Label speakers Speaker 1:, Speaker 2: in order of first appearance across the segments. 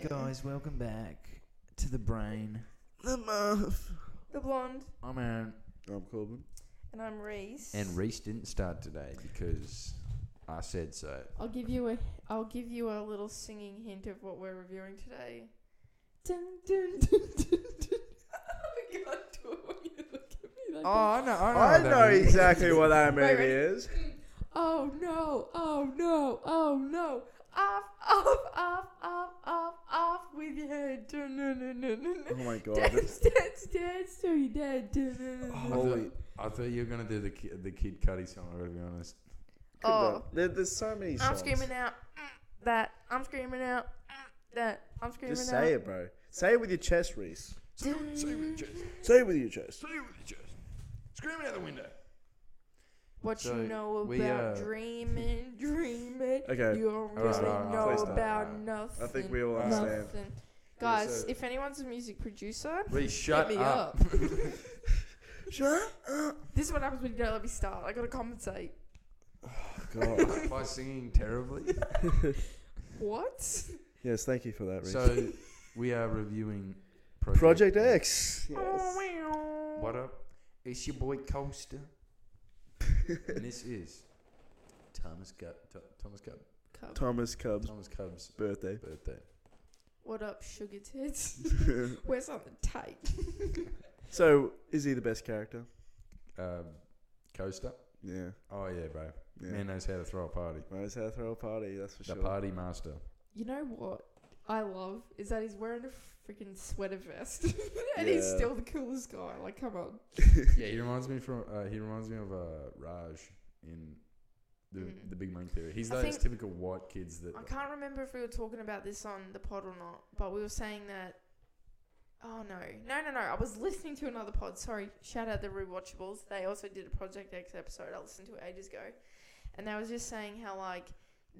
Speaker 1: Hey guys, welcome back to the brain.
Speaker 2: The Murph.
Speaker 3: The blonde,
Speaker 1: I'm Aaron.
Speaker 2: I'm Corbin.
Speaker 3: and I'm Reese.
Speaker 4: And Reese didn't start today because I said so.
Speaker 3: I'll give you a I'll give you a little singing hint of what we're reviewing today. Dun, dun, dun, dun, dun. I can't do it when you look at me like that.
Speaker 4: Oh, I know. I
Speaker 2: Oh, I know exactly what that
Speaker 3: Wait,
Speaker 2: movie
Speaker 3: wait.
Speaker 2: is.
Speaker 3: Oh no! Oh no! Oh no! Off! Off! Off! Off! Off! Off with your head! Dun, dun, dun, dun, dun,
Speaker 2: Oh
Speaker 3: dun.
Speaker 2: my god. Oh,
Speaker 3: Dance, dance, dance till you're dead. Dun, dun, dun, dun.
Speaker 2: Holy-
Speaker 4: I thought you were gonna do the ki- the Kid Cudi song. I gotta be honest.
Speaker 3: Oh.
Speaker 2: There- there's so many songs.
Speaker 3: I'm screaming out "Mm, that. I'm screaming out "Mm, that. I'm screaming
Speaker 2: Just
Speaker 3: out.
Speaker 2: say it, bro. Say it with your chest, Reese.
Speaker 3: Dun.
Speaker 2: Say it with your chest.
Speaker 4: Scream out the window.
Speaker 3: What
Speaker 4: So,
Speaker 3: you know about
Speaker 4: we, uh,
Speaker 3: dreaming, dreaming.
Speaker 2: Okay.
Speaker 3: You don't
Speaker 4: Alright,
Speaker 3: really
Speaker 4: alright,
Speaker 3: know
Speaker 2: please stop.
Speaker 3: about
Speaker 4: Alright.
Speaker 3: nothing.
Speaker 2: I think we all
Speaker 4: Nothing.
Speaker 2: understand.
Speaker 3: Nothing. Guys,
Speaker 4: so-
Speaker 3: if anyone's a music producer,
Speaker 4: Reese, shut
Speaker 3: me
Speaker 4: up.
Speaker 2: Shut up.
Speaker 3: this is what happens when you don't let me start. I gotta compensate.
Speaker 2: God.
Speaker 4: By singing terribly.
Speaker 3: What?
Speaker 2: yes, thank you for that, Reese.
Speaker 4: so we are reviewing Project,
Speaker 2: Project X.
Speaker 3: Oh,
Speaker 2: Yes.
Speaker 4: What up? It's your boy Coaster. and this is Thomas Cub. Thomas Cub.
Speaker 3: Cup.
Speaker 2: Thomas Cub's
Speaker 4: Thomas Cub's
Speaker 2: birthday.
Speaker 4: birthday.
Speaker 3: What up, sugar tits? Where's on the tape?
Speaker 2: so, is he the best character?
Speaker 4: Um, Coaster.
Speaker 2: Yeah.
Speaker 4: Oh yeah, bro.
Speaker 2: yeah.
Speaker 4: Man knows how to throw a party.
Speaker 2: Knows how to throw a party, that's for
Speaker 4: The
Speaker 2: sure.
Speaker 4: party master.
Speaker 3: You know what I love is that he's wearing a freaking sweater vest, and he's
Speaker 2: Yeah.
Speaker 3: still the coolest guy. Like, come on.
Speaker 4: yeah, he reminds me from. Uh, he reminds me of uh, Raj in the
Speaker 3: Mm.
Speaker 4: the Big Bang Theory. He's
Speaker 3: I
Speaker 4: those
Speaker 3: think-
Speaker 4: typical white kids that.
Speaker 3: I can't remember if we were talking about this on the pod or not, but we were saying that. Oh no, no, no, no! I was listening to another pod. Sorry, shout out the rewatchables. They also did a Project X episode. I listened to it ages ago, and they was just saying how like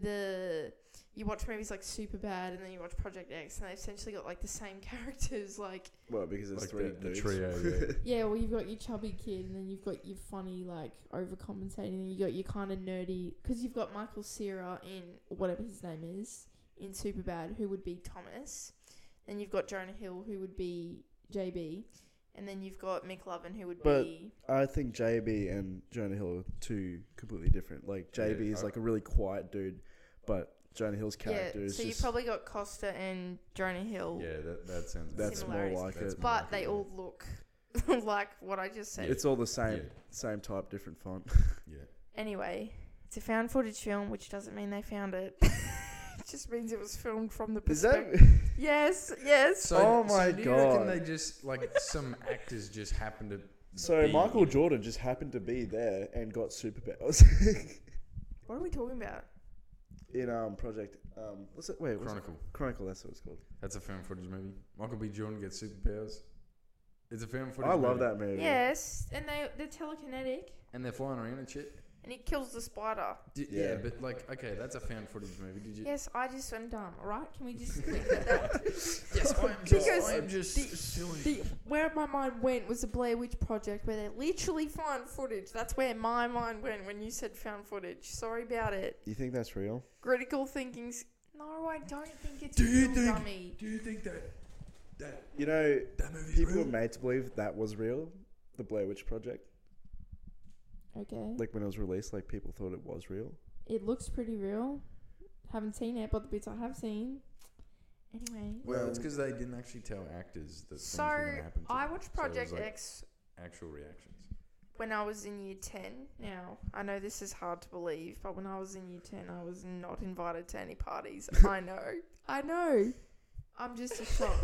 Speaker 3: the you watch movies like Super Bad and then you watch Project X, and they essentially got like the same characters. Like
Speaker 2: Well, because it's
Speaker 4: Like
Speaker 2: three
Speaker 4: the- the
Speaker 2: dudes.
Speaker 4: trio, yeah.
Speaker 3: yeah, well you've got your chubby kid, and then you've got your funny like overcompensating, and you got your kind of nerdy because you've got Michael Cera in whatever his name is in Superbad, who would be Thomas. Then you've got Jonah Hill, who would be JB, and then you've got Mick Lovin, who would
Speaker 2: But-
Speaker 3: be
Speaker 2: I think JB and Jonah Hill are two completely different. Like JB
Speaker 4: Yeah,
Speaker 2: is
Speaker 4: I-
Speaker 2: like a really quiet dude, but Jonah Hill's character
Speaker 3: yeah.
Speaker 2: is
Speaker 3: So you
Speaker 2: just
Speaker 3: probably got Costa and Jonah Hill,
Speaker 4: yeah, that that sounds.
Speaker 2: that's
Speaker 3: similarities.
Speaker 2: more like
Speaker 4: That's
Speaker 2: it.
Speaker 4: more-
Speaker 3: but they all look like what I just said.
Speaker 2: It's all the same,
Speaker 4: Yeah.
Speaker 2: same type, different font.
Speaker 4: yeah.
Speaker 3: Anyway, it's a found footage film, which doesn't mean they found it. it just means it was filmed from the
Speaker 2: Is
Speaker 3: perspective.
Speaker 2: that?
Speaker 3: Yes, yes.
Speaker 4: So,
Speaker 2: Oh
Speaker 4: so
Speaker 2: my
Speaker 4: do you reckon
Speaker 2: God.
Speaker 4: they just like some actors just happen to?
Speaker 2: So
Speaker 4: be
Speaker 2: Michael
Speaker 4: in it?
Speaker 2: Jordan just happened to be there and got superpowers
Speaker 3: What are we talking about?
Speaker 2: in um Project um what's it? Wait, what's it?
Speaker 4: Chronicle.
Speaker 2: Chronicle. That's what it's called.
Speaker 4: That's a found footage movie. Michael B. Jordan gets superpowers. It's a found footage.
Speaker 2: I love
Speaker 4: movie.
Speaker 2: that movie.
Speaker 3: Yes, and they they're telekinetic,
Speaker 4: And they're flying around and shit.
Speaker 3: and he kills the spider.
Speaker 4: D- yeah.
Speaker 2: Yeah.
Speaker 4: but like, okay, that's a found footage movie. Did you?
Speaker 3: Yes, I just am dumb. All right, can we just leave it at that?
Speaker 4: Yes, I am just.
Speaker 3: Because
Speaker 4: I am just
Speaker 3: the-
Speaker 4: silly.
Speaker 3: The, where my mind went was the Blair Witch Project, where they literally find footage. That's where my mind went when you said found footage. Sorry about it.
Speaker 2: You think that's real?
Speaker 3: Critical thinking's no, I don't think it's
Speaker 4: Do you
Speaker 3: real,
Speaker 4: think-
Speaker 3: dummy.
Speaker 4: Do you think that that
Speaker 2: You know,
Speaker 4: that movie's
Speaker 2: people were made to believe that was real. The Blair Witch Project.
Speaker 3: Okay,
Speaker 2: Like when it was released, like people thought it was real.
Speaker 3: it looks pretty real. Haven't seen it, but the bits I have seen. Anyway,
Speaker 4: Well, it's
Speaker 2: Um,
Speaker 4: because they didn't actually tell actors that things
Speaker 3: so
Speaker 4: were going to happen. To
Speaker 3: I
Speaker 4: them.
Speaker 3: watched
Speaker 4: So it was,
Speaker 3: Project
Speaker 4: like,
Speaker 3: X
Speaker 4: Actual reactions.
Speaker 3: when I was in year 10. Now, I know this is hard to believe, but when I was in year 10, I was not invited to any parties. I know. I know. I'm just a shock.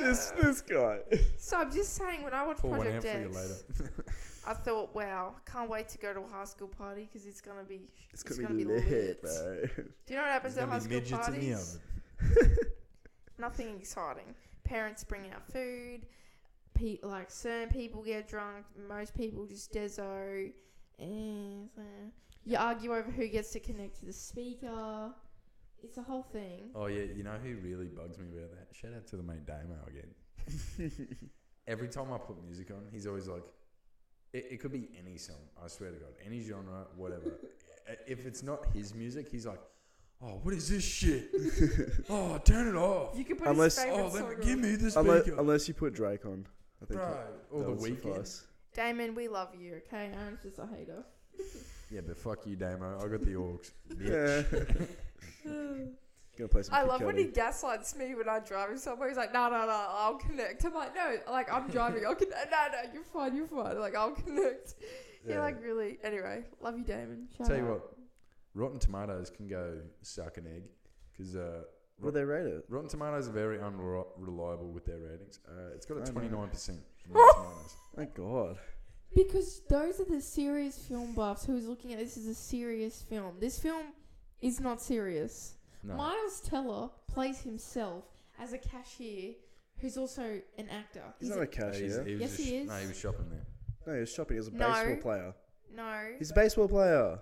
Speaker 2: This this guy.
Speaker 3: so I'm just saying, when I watched
Speaker 4: Pour one out
Speaker 3: Project
Speaker 4: for you
Speaker 3: X,
Speaker 4: later.
Speaker 3: I thought, wow, can't wait to go to a high school party because it's going to be.
Speaker 2: It's
Speaker 3: It's
Speaker 2: gonna,
Speaker 3: gonna
Speaker 2: be,
Speaker 3: be
Speaker 2: lit,
Speaker 3: lit.
Speaker 2: bro.
Speaker 3: Do you know what happens at high
Speaker 4: There's gonna be
Speaker 3: school
Speaker 4: midgets in the
Speaker 3: parties?
Speaker 4: oven.
Speaker 3: Nothing exciting. Parents bring out food. Pe- like certain people get drunk. Most people just dezo. And uh, you argue over who gets to connect to the speaker. It's a whole thing.
Speaker 4: Oh yeah, you know who really bugs me about that? Shout out to the mate Damo again. Every time I put music on, he's always like, it, it could be any song. I swear to God, any genre, whatever. I- if it's not his music, he's like, oh, what is this shit? oh, turn it off.
Speaker 3: You could put
Speaker 2: Unless-
Speaker 3: his favorite
Speaker 4: Oh,
Speaker 3: song
Speaker 4: let,
Speaker 3: on.
Speaker 4: give me the speaker.
Speaker 2: unless, unless you put Drake on, I think.
Speaker 4: Bro,
Speaker 2: that-
Speaker 4: or
Speaker 2: that
Speaker 4: the
Speaker 2: would
Speaker 4: weekend.
Speaker 2: suffice.
Speaker 3: Damon, we love you, okay? Aaron's just a hater.
Speaker 4: Yeah, but fuck you, Damo. I got the Orcs.
Speaker 2: Yeah, gonna play some.
Speaker 3: I
Speaker 2: Kid
Speaker 3: love when
Speaker 2: Cudi.
Speaker 3: he gaslights me when I'm driving somewhere. He's like, no, no, no, I'll connect. I'm like, no, like, I'm driving. I'll connect. No, no, you're fine, you're fine. Like, I'll connect. Yeah,
Speaker 4: Yeah.
Speaker 3: like, really. Anyway, love you, Damon. Shout
Speaker 4: Tell you
Speaker 3: out.
Speaker 4: what, Rotten Tomatoes can go suck an egg because uh,
Speaker 2: What do they rate it?
Speaker 4: Rotten Tomatoes are very unreliable with their ratings. Uh, it's got a
Speaker 2: I know.
Speaker 4: 29% on Rotten Tomatoes.
Speaker 2: My God.
Speaker 3: Because those are the serious film buffs who's looking at this as a serious film. This film is not serious.
Speaker 4: No.
Speaker 3: Miles Teller plays himself as a cashier who's also an actor.
Speaker 2: He's,
Speaker 3: He's
Speaker 2: not a
Speaker 4: No, he's-
Speaker 2: cashier.
Speaker 4: Uh, was
Speaker 3: Yes,
Speaker 4: just-
Speaker 3: he is.
Speaker 4: No, he was shopping there.
Speaker 2: No, he's shopping. He's a
Speaker 3: No.
Speaker 2: baseball player.
Speaker 3: a- no.
Speaker 2: He's a baseball player.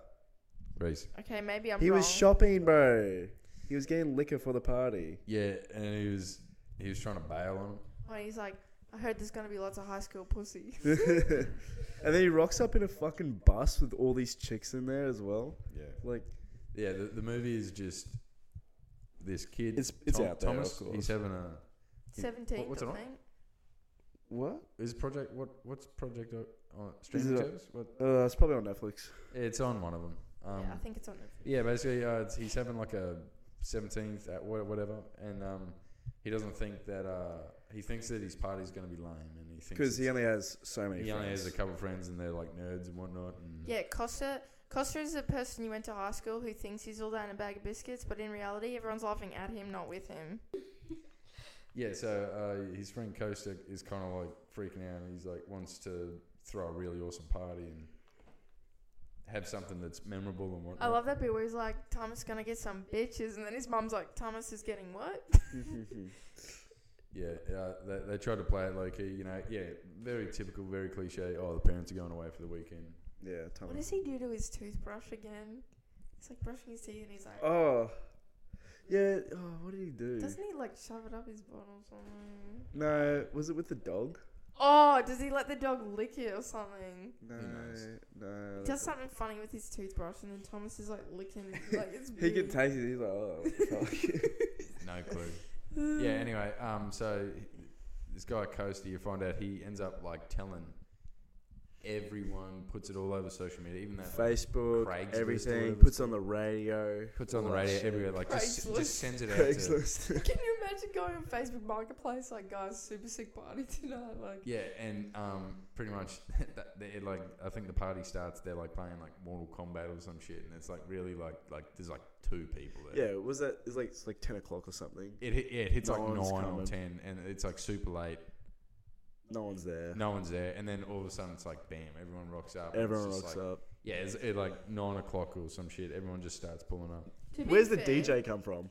Speaker 4: Reese.
Speaker 3: Okay, maybe I'm
Speaker 2: he
Speaker 3: wrong.
Speaker 2: was shopping, bro. He was getting liquor for the party.
Speaker 4: Yeah, and he was he was trying to bail on him.
Speaker 3: When he's like, I heard there's gonna be lots of high school pussy.
Speaker 2: and then he rocks up in a fucking bus with all these chicks in there as well.
Speaker 4: Yeah.
Speaker 2: Like,
Speaker 4: Yeah, the, the movie is just this kid.
Speaker 2: It's- it's
Speaker 4: Tom-
Speaker 2: out there, of
Speaker 4: Thomas,
Speaker 2: course.
Speaker 4: he's having a.
Speaker 3: Seventeen,
Speaker 4: what's
Speaker 3: I
Speaker 4: it on?
Speaker 3: think.
Speaker 2: what?
Speaker 4: Is project what? What's project o- on streaming
Speaker 2: it a-
Speaker 4: service? What?
Speaker 2: Uh, it's probably on Netflix.
Speaker 4: It's on one of them. Um,
Speaker 3: yeah, I think it's on. Netflix.
Speaker 4: Yeah, basically, uh, it's- he's having like a 17th at wha- whatever, and um, he doesn't think that uh, he thinks that his party's going to be lame, and he thinks
Speaker 2: Because he
Speaker 4: it's-
Speaker 2: only has so many
Speaker 4: he only
Speaker 2: friends.
Speaker 4: has a couple friends, and they're like nerds and whatnot.
Speaker 2: Mm.
Speaker 4: And
Speaker 3: Yeah, Costa. Costa is the person you went to high school who thinks he's all that in a bag of biscuits, but in reality, everyone's laughing at him, not with him.
Speaker 4: Yeah, so uh, his friend Kosta is kind of like freaking out. and He's like wants to throw a really awesome party and have something that's memorable and whatnot.
Speaker 3: I love that bit where he's like, Thomas gonna get some bitches, and then his mum's like, Thomas is getting what?
Speaker 4: Yeah, uh, they, they tried to play it low key, you know. Yeah, very typical, very cliche. Oh, the parents are going away for the weekend.
Speaker 2: yeah,
Speaker 3: What
Speaker 2: Thomas.
Speaker 3: does he do to his toothbrush again? It's like brushing his teeth, and he's like,
Speaker 2: Oh. Yeah, oh, what did he do?
Speaker 3: doesn't he like shove it up his bottom or something?
Speaker 2: No, was it with the dog?
Speaker 3: Oh, does he let the dog lick it or something?
Speaker 2: No,
Speaker 4: knows?
Speaker 2: no.
Speaker 3: He
Speaker 2: that's-
Speaker 3: does something funny with his toothbrush, and then Thomas is like licking, like it's
Speaker 2: He
Speaker 3: weird.
Speaker 2: can taste it. He's like, oh, fuck.
Speaker 4: No clue. yeah. Anyway, um, so this guy Costa, you find out he ends up like telling everyone, puts it all over social media, even that like,
Speaker 2: Facebook,
Speaker 4: Craigslist or
Speaker 2: everything,
Speaker 4: whatever
Speaker 2: puts on the radio,
Speaker 4: puts it on the
Speaker 2: all that
Speaker 4: radio
Speaker 2: shit.
Speaker 4: everywhere, like just,
Speaker 3: Craigslist.
Speaker 4: just sends it out. To,
Speaker 2: Craigslist.
Speaker 3: Can you imagine going on Facebook Marketplace like, guys, super sick party tonight? Like,
Speaker 4: yeah, and um, pretty much that, they, it, like I think the party starts. They're like playing like Mortal Kombat or some shit, and it's like really like like there's like two people there.
Speaker 2: yeah, was that? It's like it's like ten o'clock or something.
Speaker 4: It, hit- yeah, it hits
Speaker 2: No
Speaker 4: like
Speaker 2: one's
Speaker 4: nine or
Speaker 2: coming.
Speaker 4: ten, and it's like super late.
Speaker 2: No one's there.
Speaker 4: No one's there, and then all of a sudden it's like bam, everyone rocks up. and it's
Speaker 2: Everyone
Speaker 4: just,
Speaker 2: rocks
Speaker 4: like,
Speaker 2: up.
Speaker 4: Yeah, it's it like nine o'clock or some shit. Everyone just starts pulling up.
Speaker 3: to be
Speaker 2: Where's the
Speaker 3: fair,
Speaker 2: DJ come from?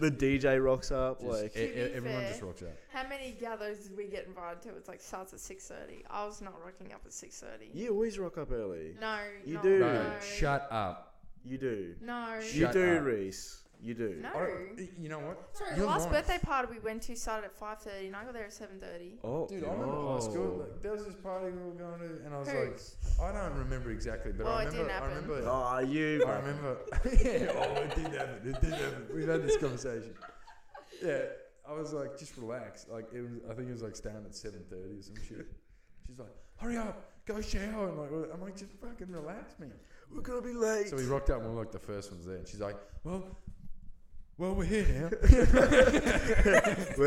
Speaker 2: The DJ rocks up.
Speaker 4: Just-
Speaker 2: like
Speaker 4: e- e-
Speaker 3: To be
Speaker 4: everyone
Speaker 3: fair-
Speaker 4: just rocks up.
Speaker 3: How many gatherings did we get invited to? It's like starts at six thirty. I was not rocking up at six thirty.
Speaker 2: you always rock up early.
Speaker 3: No,
Speaker 2: You
Speaker 3: no,
Speaker 2: do.
Speaker 4: No,
Speaker 3: No,
Speaker 4: shut up.
Speaker 2: You do.
Speaker 3: No,
Speaker 4: Shut
Speaker 2: you do,
Speaker 4: up.
Speaker 2: Reese. You do.
Speaker 3: no.
Speaker 4: I don't- you know what?
Speaker 3: Sorry, the
Speaker 4: You're
Speaker 3: last
Speaker 4: lying.
Speaker 3: birthday party we went to started at five thirty, and I got there at seven thirty.
Speaker 2: Oh,
Speaker 4: Dude, I remember
Speaker 2: oh.
Speaker 4: high school. Like, there was this party we were going to, and I was
Speaker 3: Who's?
Speaker 4: like, I don't remember exactly, but
Speaker 3: Well,
Speaker 4: I
Speaker 3: it
Speaker 4: remember.
Speaker 3: didn't
Speaker 4: I
Speaker 3: happen.
Speaker 4: remember.
Speaker 2: Ah, you.
Speaker 4: I remember. yeah, oh, it did happen. It did happen. We've had this conversation. Yeah, I was like, just relax. Like it was. I think it was like starting at seven thirty or some shit. She's like, hurry up, go shower. And like, I'm like, just fucking relax, man.
Speaker 2: We're gonna be late.
Speaker 4: So we rocked up and we were like the first ones there. And she's like, well, well, we're here now.
Speaker 2: We're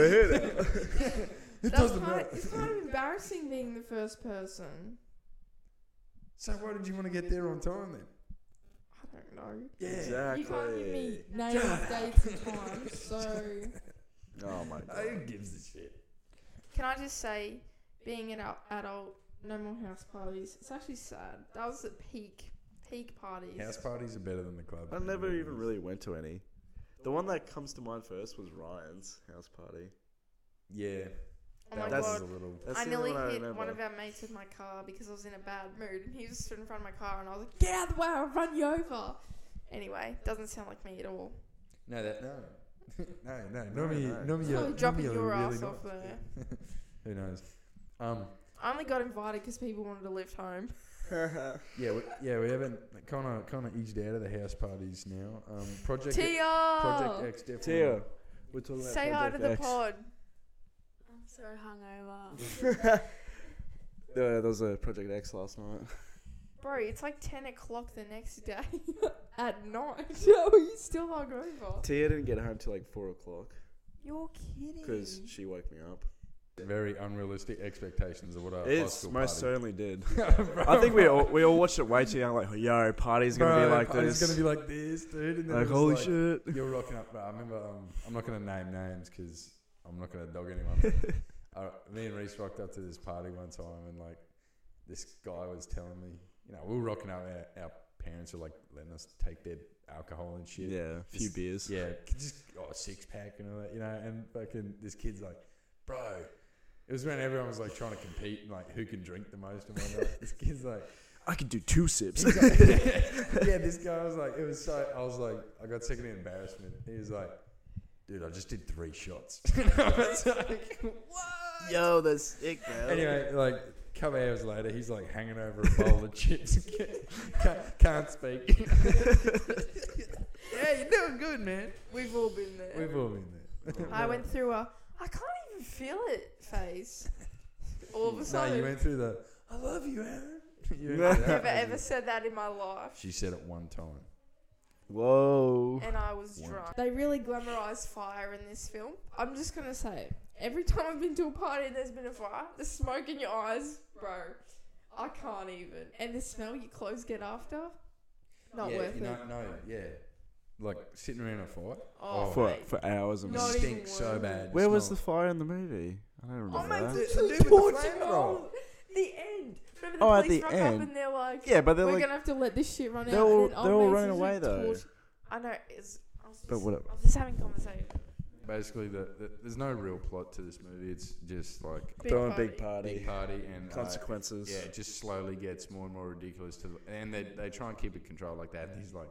Speaker 2: here. now.
Speaker 4: It
Speaker 3: That's
Speaker 4: doesn't
Speaker 3: kind
Speaker 4: matter.
Speaker 3: of, it's kind of embarrassing being the first person.
Speaker 4: So why did you want to get there on time then?
Speaker 3: I don't know.
Speaker 4: Yeah.
Speaker 2: Exactly.
Speaker 3: You can't give me names, dates, and times. So
Speaker 2: Oh my god.
Speaker 4: Who gives a shit?
Speaker 3: can I just say, being an ad- adult, no more house parties. It's actually sad. That was the peak, peak parties. Oh
Speaker 4: House parties are better than the club.
Speaker 2: I never even really went to any. The one that comes to mind first was Ryan's house party.
Speaker 4: Yeah.
Speaker 3: Oh my
Speaker 4: that
Speaker 2: That's-
Speaker 4: was
Speaker 3: god.
Speaker 4: a little.
Speaker 2: That's
Speaker 3: I
Speaker 2: the only
Speaker 3: nearly
Speaker 2: one I
Speaker 3: hit
Speaker 2: remember.
Speaker 3: one of our mates with my car because I was in a bad mood and he was stood in front of my car and I was like, Get out of the way, I'll run you over. Anyway, doesn't sound like me at all.
Speaker 4: No, that no. no, no. Normally,
Speaker 2: no.
Speaker 4: normally, you're,
Speaker 3: Probably dropping
Speaker 4: normally
Speaker 3: your
Speaker 4: you're
Speaker 3: ass
Speaker 4: really
Speaker 3: off there.
Speaker 4: not. Who knows? Um,
Speaker 3: I only got invited because people wanted to lift home.
Speaker 4: Yeah, we, yeah, we haven't kind of kind of edged out of the house parties now. Um, Project Project
Speaker 3: Tio,
Speaker 4: X definitely.
Speaker 2: Tia, we're talking about
Speaker 3: say hi to
Speaker 2: Project
Speaker 3: the
Speaker 2: X.
Speaker 3: pod.
Speaker 5: I'm so hungover.
Speaker 2: Yeah, there was a Project X last night.
Speaker 3: Bro, it's like 10 o'clock the next day at night. Are you still hungover?
Speaker 2: Tia didn't get home till like four o'clock
Speaker 3: You're kidding.
Speaker 2: because she woke me up.
Speaker 4: Very unrealistic expectations of what our high
Speaker 2: It
Speaker 4: school
Speaker 2: most
Speaker 4: party.
Speaker 2: certainly did.
Speaker 4: Bro,
Speaker 2: I think we all we all watched it way too young. Like, yo, party's gonna
Speaker 4: bro,
Speaker 2: be like
Speaker 4: party's
Speaker 2: this.
Speaker 4: gonna be like this, dude. And then
Speaker 2: like,
Speaker 4: it was
Speaker 2: holy
Speaker 4: like,
Speaker 2: shit.
Speaker 4: You're rocking up, bro. I remember. Um, I'm not gonna name names because I'm not gonna dog anyone. uh, me and Reese rocked up to this party one time, and like this guy was telling me, you know, we were rocking up. Our, our parents were like letting us take their alcohol and shit.
Speaker 2: Yeah, a few
Speaker 4: Just-
Speaker 2: beers.
Speaker 4: Yeah, just oh, six pack and all that, you know. And fucking this kid's like, bro. It was when everyone was like trying to compete and like who can drink the most and whatnot. this kid's like,
Speaker 2: I could do two sips.
Speaker 4: he's like- yeah, this guy was like, it was so. I was like, I got second in embarrassment. He was like, dude, I just did three shots. I was like, what?
Speaker 2: Yo, that's sick, man.
Speaker 4: Anyway, like a couple hours later, he's like hanging over a bowl of chips. Can't, can't speak. yeah, you're doing good, man.
Speaker 3: We've all been there.
Speaker 4: We've all been there.
Speaker 3: I went through a I can't even feel it phase. All of a
Speaker 4: No,
Speaker 3: sudden.
Speaker 4: you went through the I love you, Aaron. You went
Speaker 2: No.
Speaker 4: through that,
Speaker 3: Never ever
Speaker 4: didn't
Speaker 3: said that in my
Speaker 4: you?
Speaker 3: life.
Speaker 4: She said it one time.
Speaker 2: Whoa.
Speaker 3: And I was
Speaker 4: What?
Speaker 3: drunk. They really glamorize fire in this film. I'm just gonna say it. Every time I've been to a party and there's been a fire, the smoke in your eyes, bro. I can't even. And the smell your clothes get after, not
Speaker 4: yeah,
Speaker 3: worth
Speaker 4: you know-
Speaker 3: it.
Speaker 4: No, yeah. Like sitting around a fire.
Speaker 3: Oh,
Speaker 4: Oh.
Speaker 2: For
Speaker 3: mate.
Speaker 2: for hours and
Speaker 3: Not
Speaker 4: it
Speaker 2: hours.
Speaker 3: even
Speaker 4: stinks so
Speaker 3: worth
Speaker 4: bad.
Speaker 3: it.
Speaker 2: Where was the
Speaker 4: Smell.
Speaker 2: fire in the movie? I don't
Speaker 3: Oh
Speaker 2: remember
Speaker 3: my
Speaker 2: that.
Speaker 3: god,
Speaker 4: It's the dude with the flamethrower.
Speaker 3: Oh, The end. Remember the
Speaker 2: Oh, at
Speaker 3: police
Speaker 2: the
Speaker 3: rock up
Speaker 2: end.
Speaker 3: and they're like,
Speaker 2: Yeah, but they're
Speaker 3: we're
Speaker 2: like,
Speaker 3: gonna have to let this shit run
Speaker 2: they're
Speaker 3: out.
Speaker 2: all-
Speaker 3: and then "Oh, old
Speaker 2: they're all
Speaker 3: man's
Speaker 2: running
Speaker 3: just
Speaker 2: away,
Speaker 3: like
Speaker 2: though.
Speaker 3: torch- I know. It's, I was just,
Speaker 2: But whatever.
Speaker 3: I was just having conversation.
Speaker 4: Basically, the, the, there's no real plot to this movie. It's just like
Speaker 3: Big
Speaker 2: throwing
Speaker 3: party.
Speaker 2: big party.
Speaker 4: big party and uh,
Speaker 2: Consequences.
Speaker 4: yeah, it just slowly gets more and more ridiculous. To the, and they they try and keep it controlled like that. These like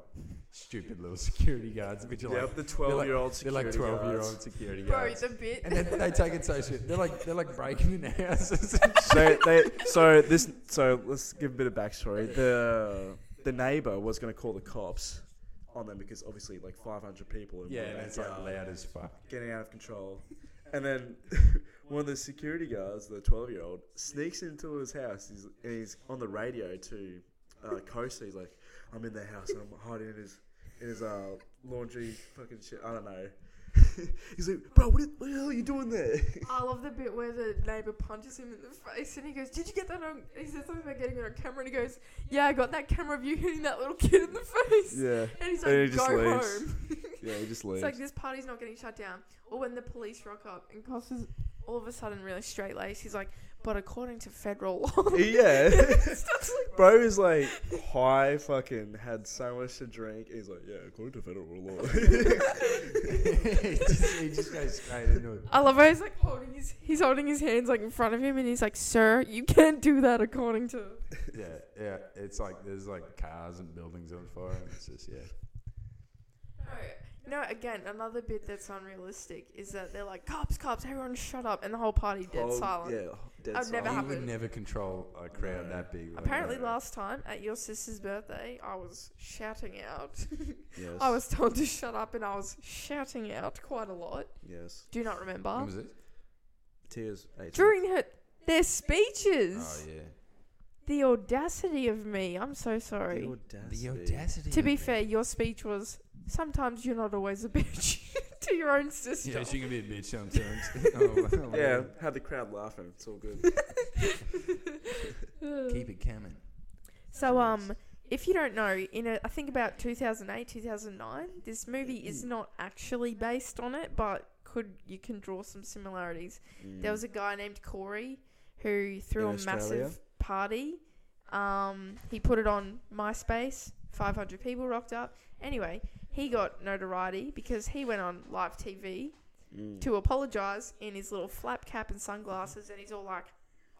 Speaker 4: stupid little security guards, which are like
Speaker 2: the 12 year old
Speaker 4: they're like twelve year old security
Speaker 3: Bro,
Speaker 4: guards.
Speaker 3: it's a bit.
Speaker 4: And then they take it so serious. They're like they're like breaking into houses.
Speaker 2: so they so this so let's give a bit of backstory. The the neighbor was going to call the cops on them because obviously like 500 people. in
Speaker 4: yeah,
Speaker 2: one
Speaker 4: and it's like
Speaker 2: backyard
Speaker 4: loud as fuck.
Speaker 2: Getting out of control, and then one of the security guards, the 12 year old, sneaks into his house. He's and he's on the radio to uh, Costa. He's like, "I'm in the house. I'm hiding in his in his uh, laundry fucking shit. I don't know." he's like, "Bro, what, the- what the hell are you doing there?"
Speaker 3: I love the bit where the neighbor punches him in the face and he goes, Did you get that on? He says something about getting it on camera and he goes, Yeah, I got that camera of you hitting that little kid in the face.
Speaker 2: yeah.
Speaker 3: And he's like,
Speaker 2: And he just
Speaker 3: Go
Speaker 2: leaves.
Speaker 3: home.
Speaker 2: Yeah, he just
Speaker 3: It's
Speaker 2: leaves.
Speaker 3: like this party's not getting shut down. Or when the police rock up and Costa's all of a sudden really straight laced, he's like, But according to federal law.
Speaker 2: yeah.
Speaker 3: Stuff's like,
Speaker 2: Bro is like high, fucking had so much to drink. He's like, yeah, according to federal law.
Speaker 4: he, just, he just goes straight into it.
Speaker 3: I love how he's like holding his he's holding his hands like in front of him and he's like, Sir, you can't do that according to
Speaker 4: Yeah, yeah. It's like there's like cars and buildings on fire, and it's just yeah.
Speaker 3: No, again, another bit that's unrealistic is that they're like, cops, cops, everyone shut up, and the whole party dead
Speaker 2: Oh,
Speaker 3: silent.
Speaker 2: Yeah, dead
Speaker 3: I've
Speaker 4: you
Speaker 3: never
Speaker 2: silent.
Speaker 3: happened.
Speaker 4: would never control a crowd
Speaker 2: No.
Speaker 4: that big. like
Speaker 3: Apparently
Speaker 4: that.
Speaker 3: last time at your sister's birthday, I was shouting out.
Speaker 2: Yes.
Speaker 3: I was told to shut up and I was shouting out quite a lot.
Speaker 2: Yes.
Speaker 3: Do not remember.
Speaker 4: When was it?
Speaker 2: Tears. eight.
Speaker 3: During her their speeches.
Speaker 4: Oh yeah.
Speaker 3: The audacity of me. I'm so
Speaker 2: The
Speaker 3: sorry.
Speaker 2: audacity.
Speaker 3: to be fair, your speech was sometimes you're not always a bitch to your own sister.
Speaker 4: Yeah, she can be a bitch sometimes. oh, well,
Speaker 2: Yeah, had the crowd laughing. It's all good.
Speaker 1: Keep it coming.
Speaker 3: So, um, if you don't know, in a, I think about 2008, 2009, this movie is not actually based on it, but could you can draw some similarities.
Speaker 2: Mm.
Speaker 3: There was a guy named Corey who threw
Speaker 2: In
Speaker 3: a
Speaker 2: Australia?
Speaker 3: massive party. Um, he put it on MySpace. 500 people rocked up. Anyway, he got notoriety because he went on live TV
Speaker 2: Mm.
Speaker 3: to apologize in his little flap cap and sunglasses, and he's all like,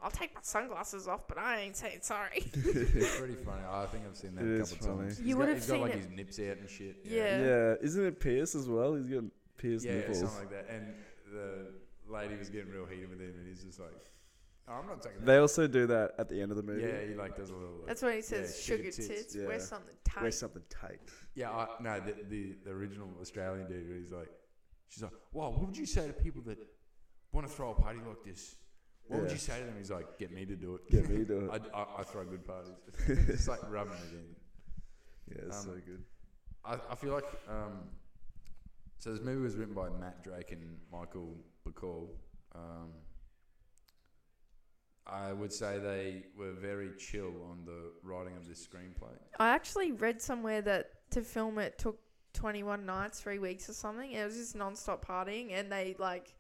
Speaker 3: I'll take my sunglasses off, but I ain't saying sorry.
Speaker 4: it's pretty funny. Oh, I think I've seen that
Speaker 2: It
Speaker 4: a
Speaker 2: is
Speaker 4: couple of
Speaker 2: funny.
Speaker 4: times.
Speaker 3: You
Speaker 4: He's
Speaker 3: would
Speaker 4: got,
Speaker 3: have
Speaker 4: he's got
Speaker 3: seen
Speaker 4: like
Speaker 3: it.
Speaker 4: his nips out and shit.
Speaker 3: Yeah.
Speaker 2: Yeah, isn't it Pierce as well? He's got pierced
Speaker 4: yeah,
Speaker 2: nipples.
Speaker 4: something like that. And the lady was getting real heated with him, and he's just like, Oh, I'm not taking
Speaker 2: They
Speaker 4: that.
Speaker 2: also do that at the end of the movie.
Speaker 4: Yeah, he like does a little. Like,
Speaker 3: That's when he says
Speaker 4: Yeah,
Speaker 3: sugar
Speaker 4: sugar
Speaker 3: tits.
Speaker 4: tits,
Speaker 2: yeah.
Speaker 3: Wear something tight.
Speaker 2: Wear something tight.
Speaker 4: Yeah, I, no, the, the the original Australian dude. where He's like, she's like, "Wow, what would you say to people that want to throw a party like this? What would
Speaker 2: Yeah.
Speaker 4: you say to them?" He's like, "Get me to do it.
Speaker 2: Get me to
Speaker 4: I,
Speaker 2: it.
Speaker 4: I, I throw good parties. it's like rubbing it in.
Speaker 2: Yeah, it's
Speaker 4: Um,
Speaker 2: so good.
Speaker 4: I, I feel like um, so this movie was written by Matt Drake and Michael Bacall. Um, I would say they were very chill on the writing of this screenplay.
Speaker 3: I actually read somewhere that to film it took 21 nights, three weeks or something. It was just non-stop partying, and they like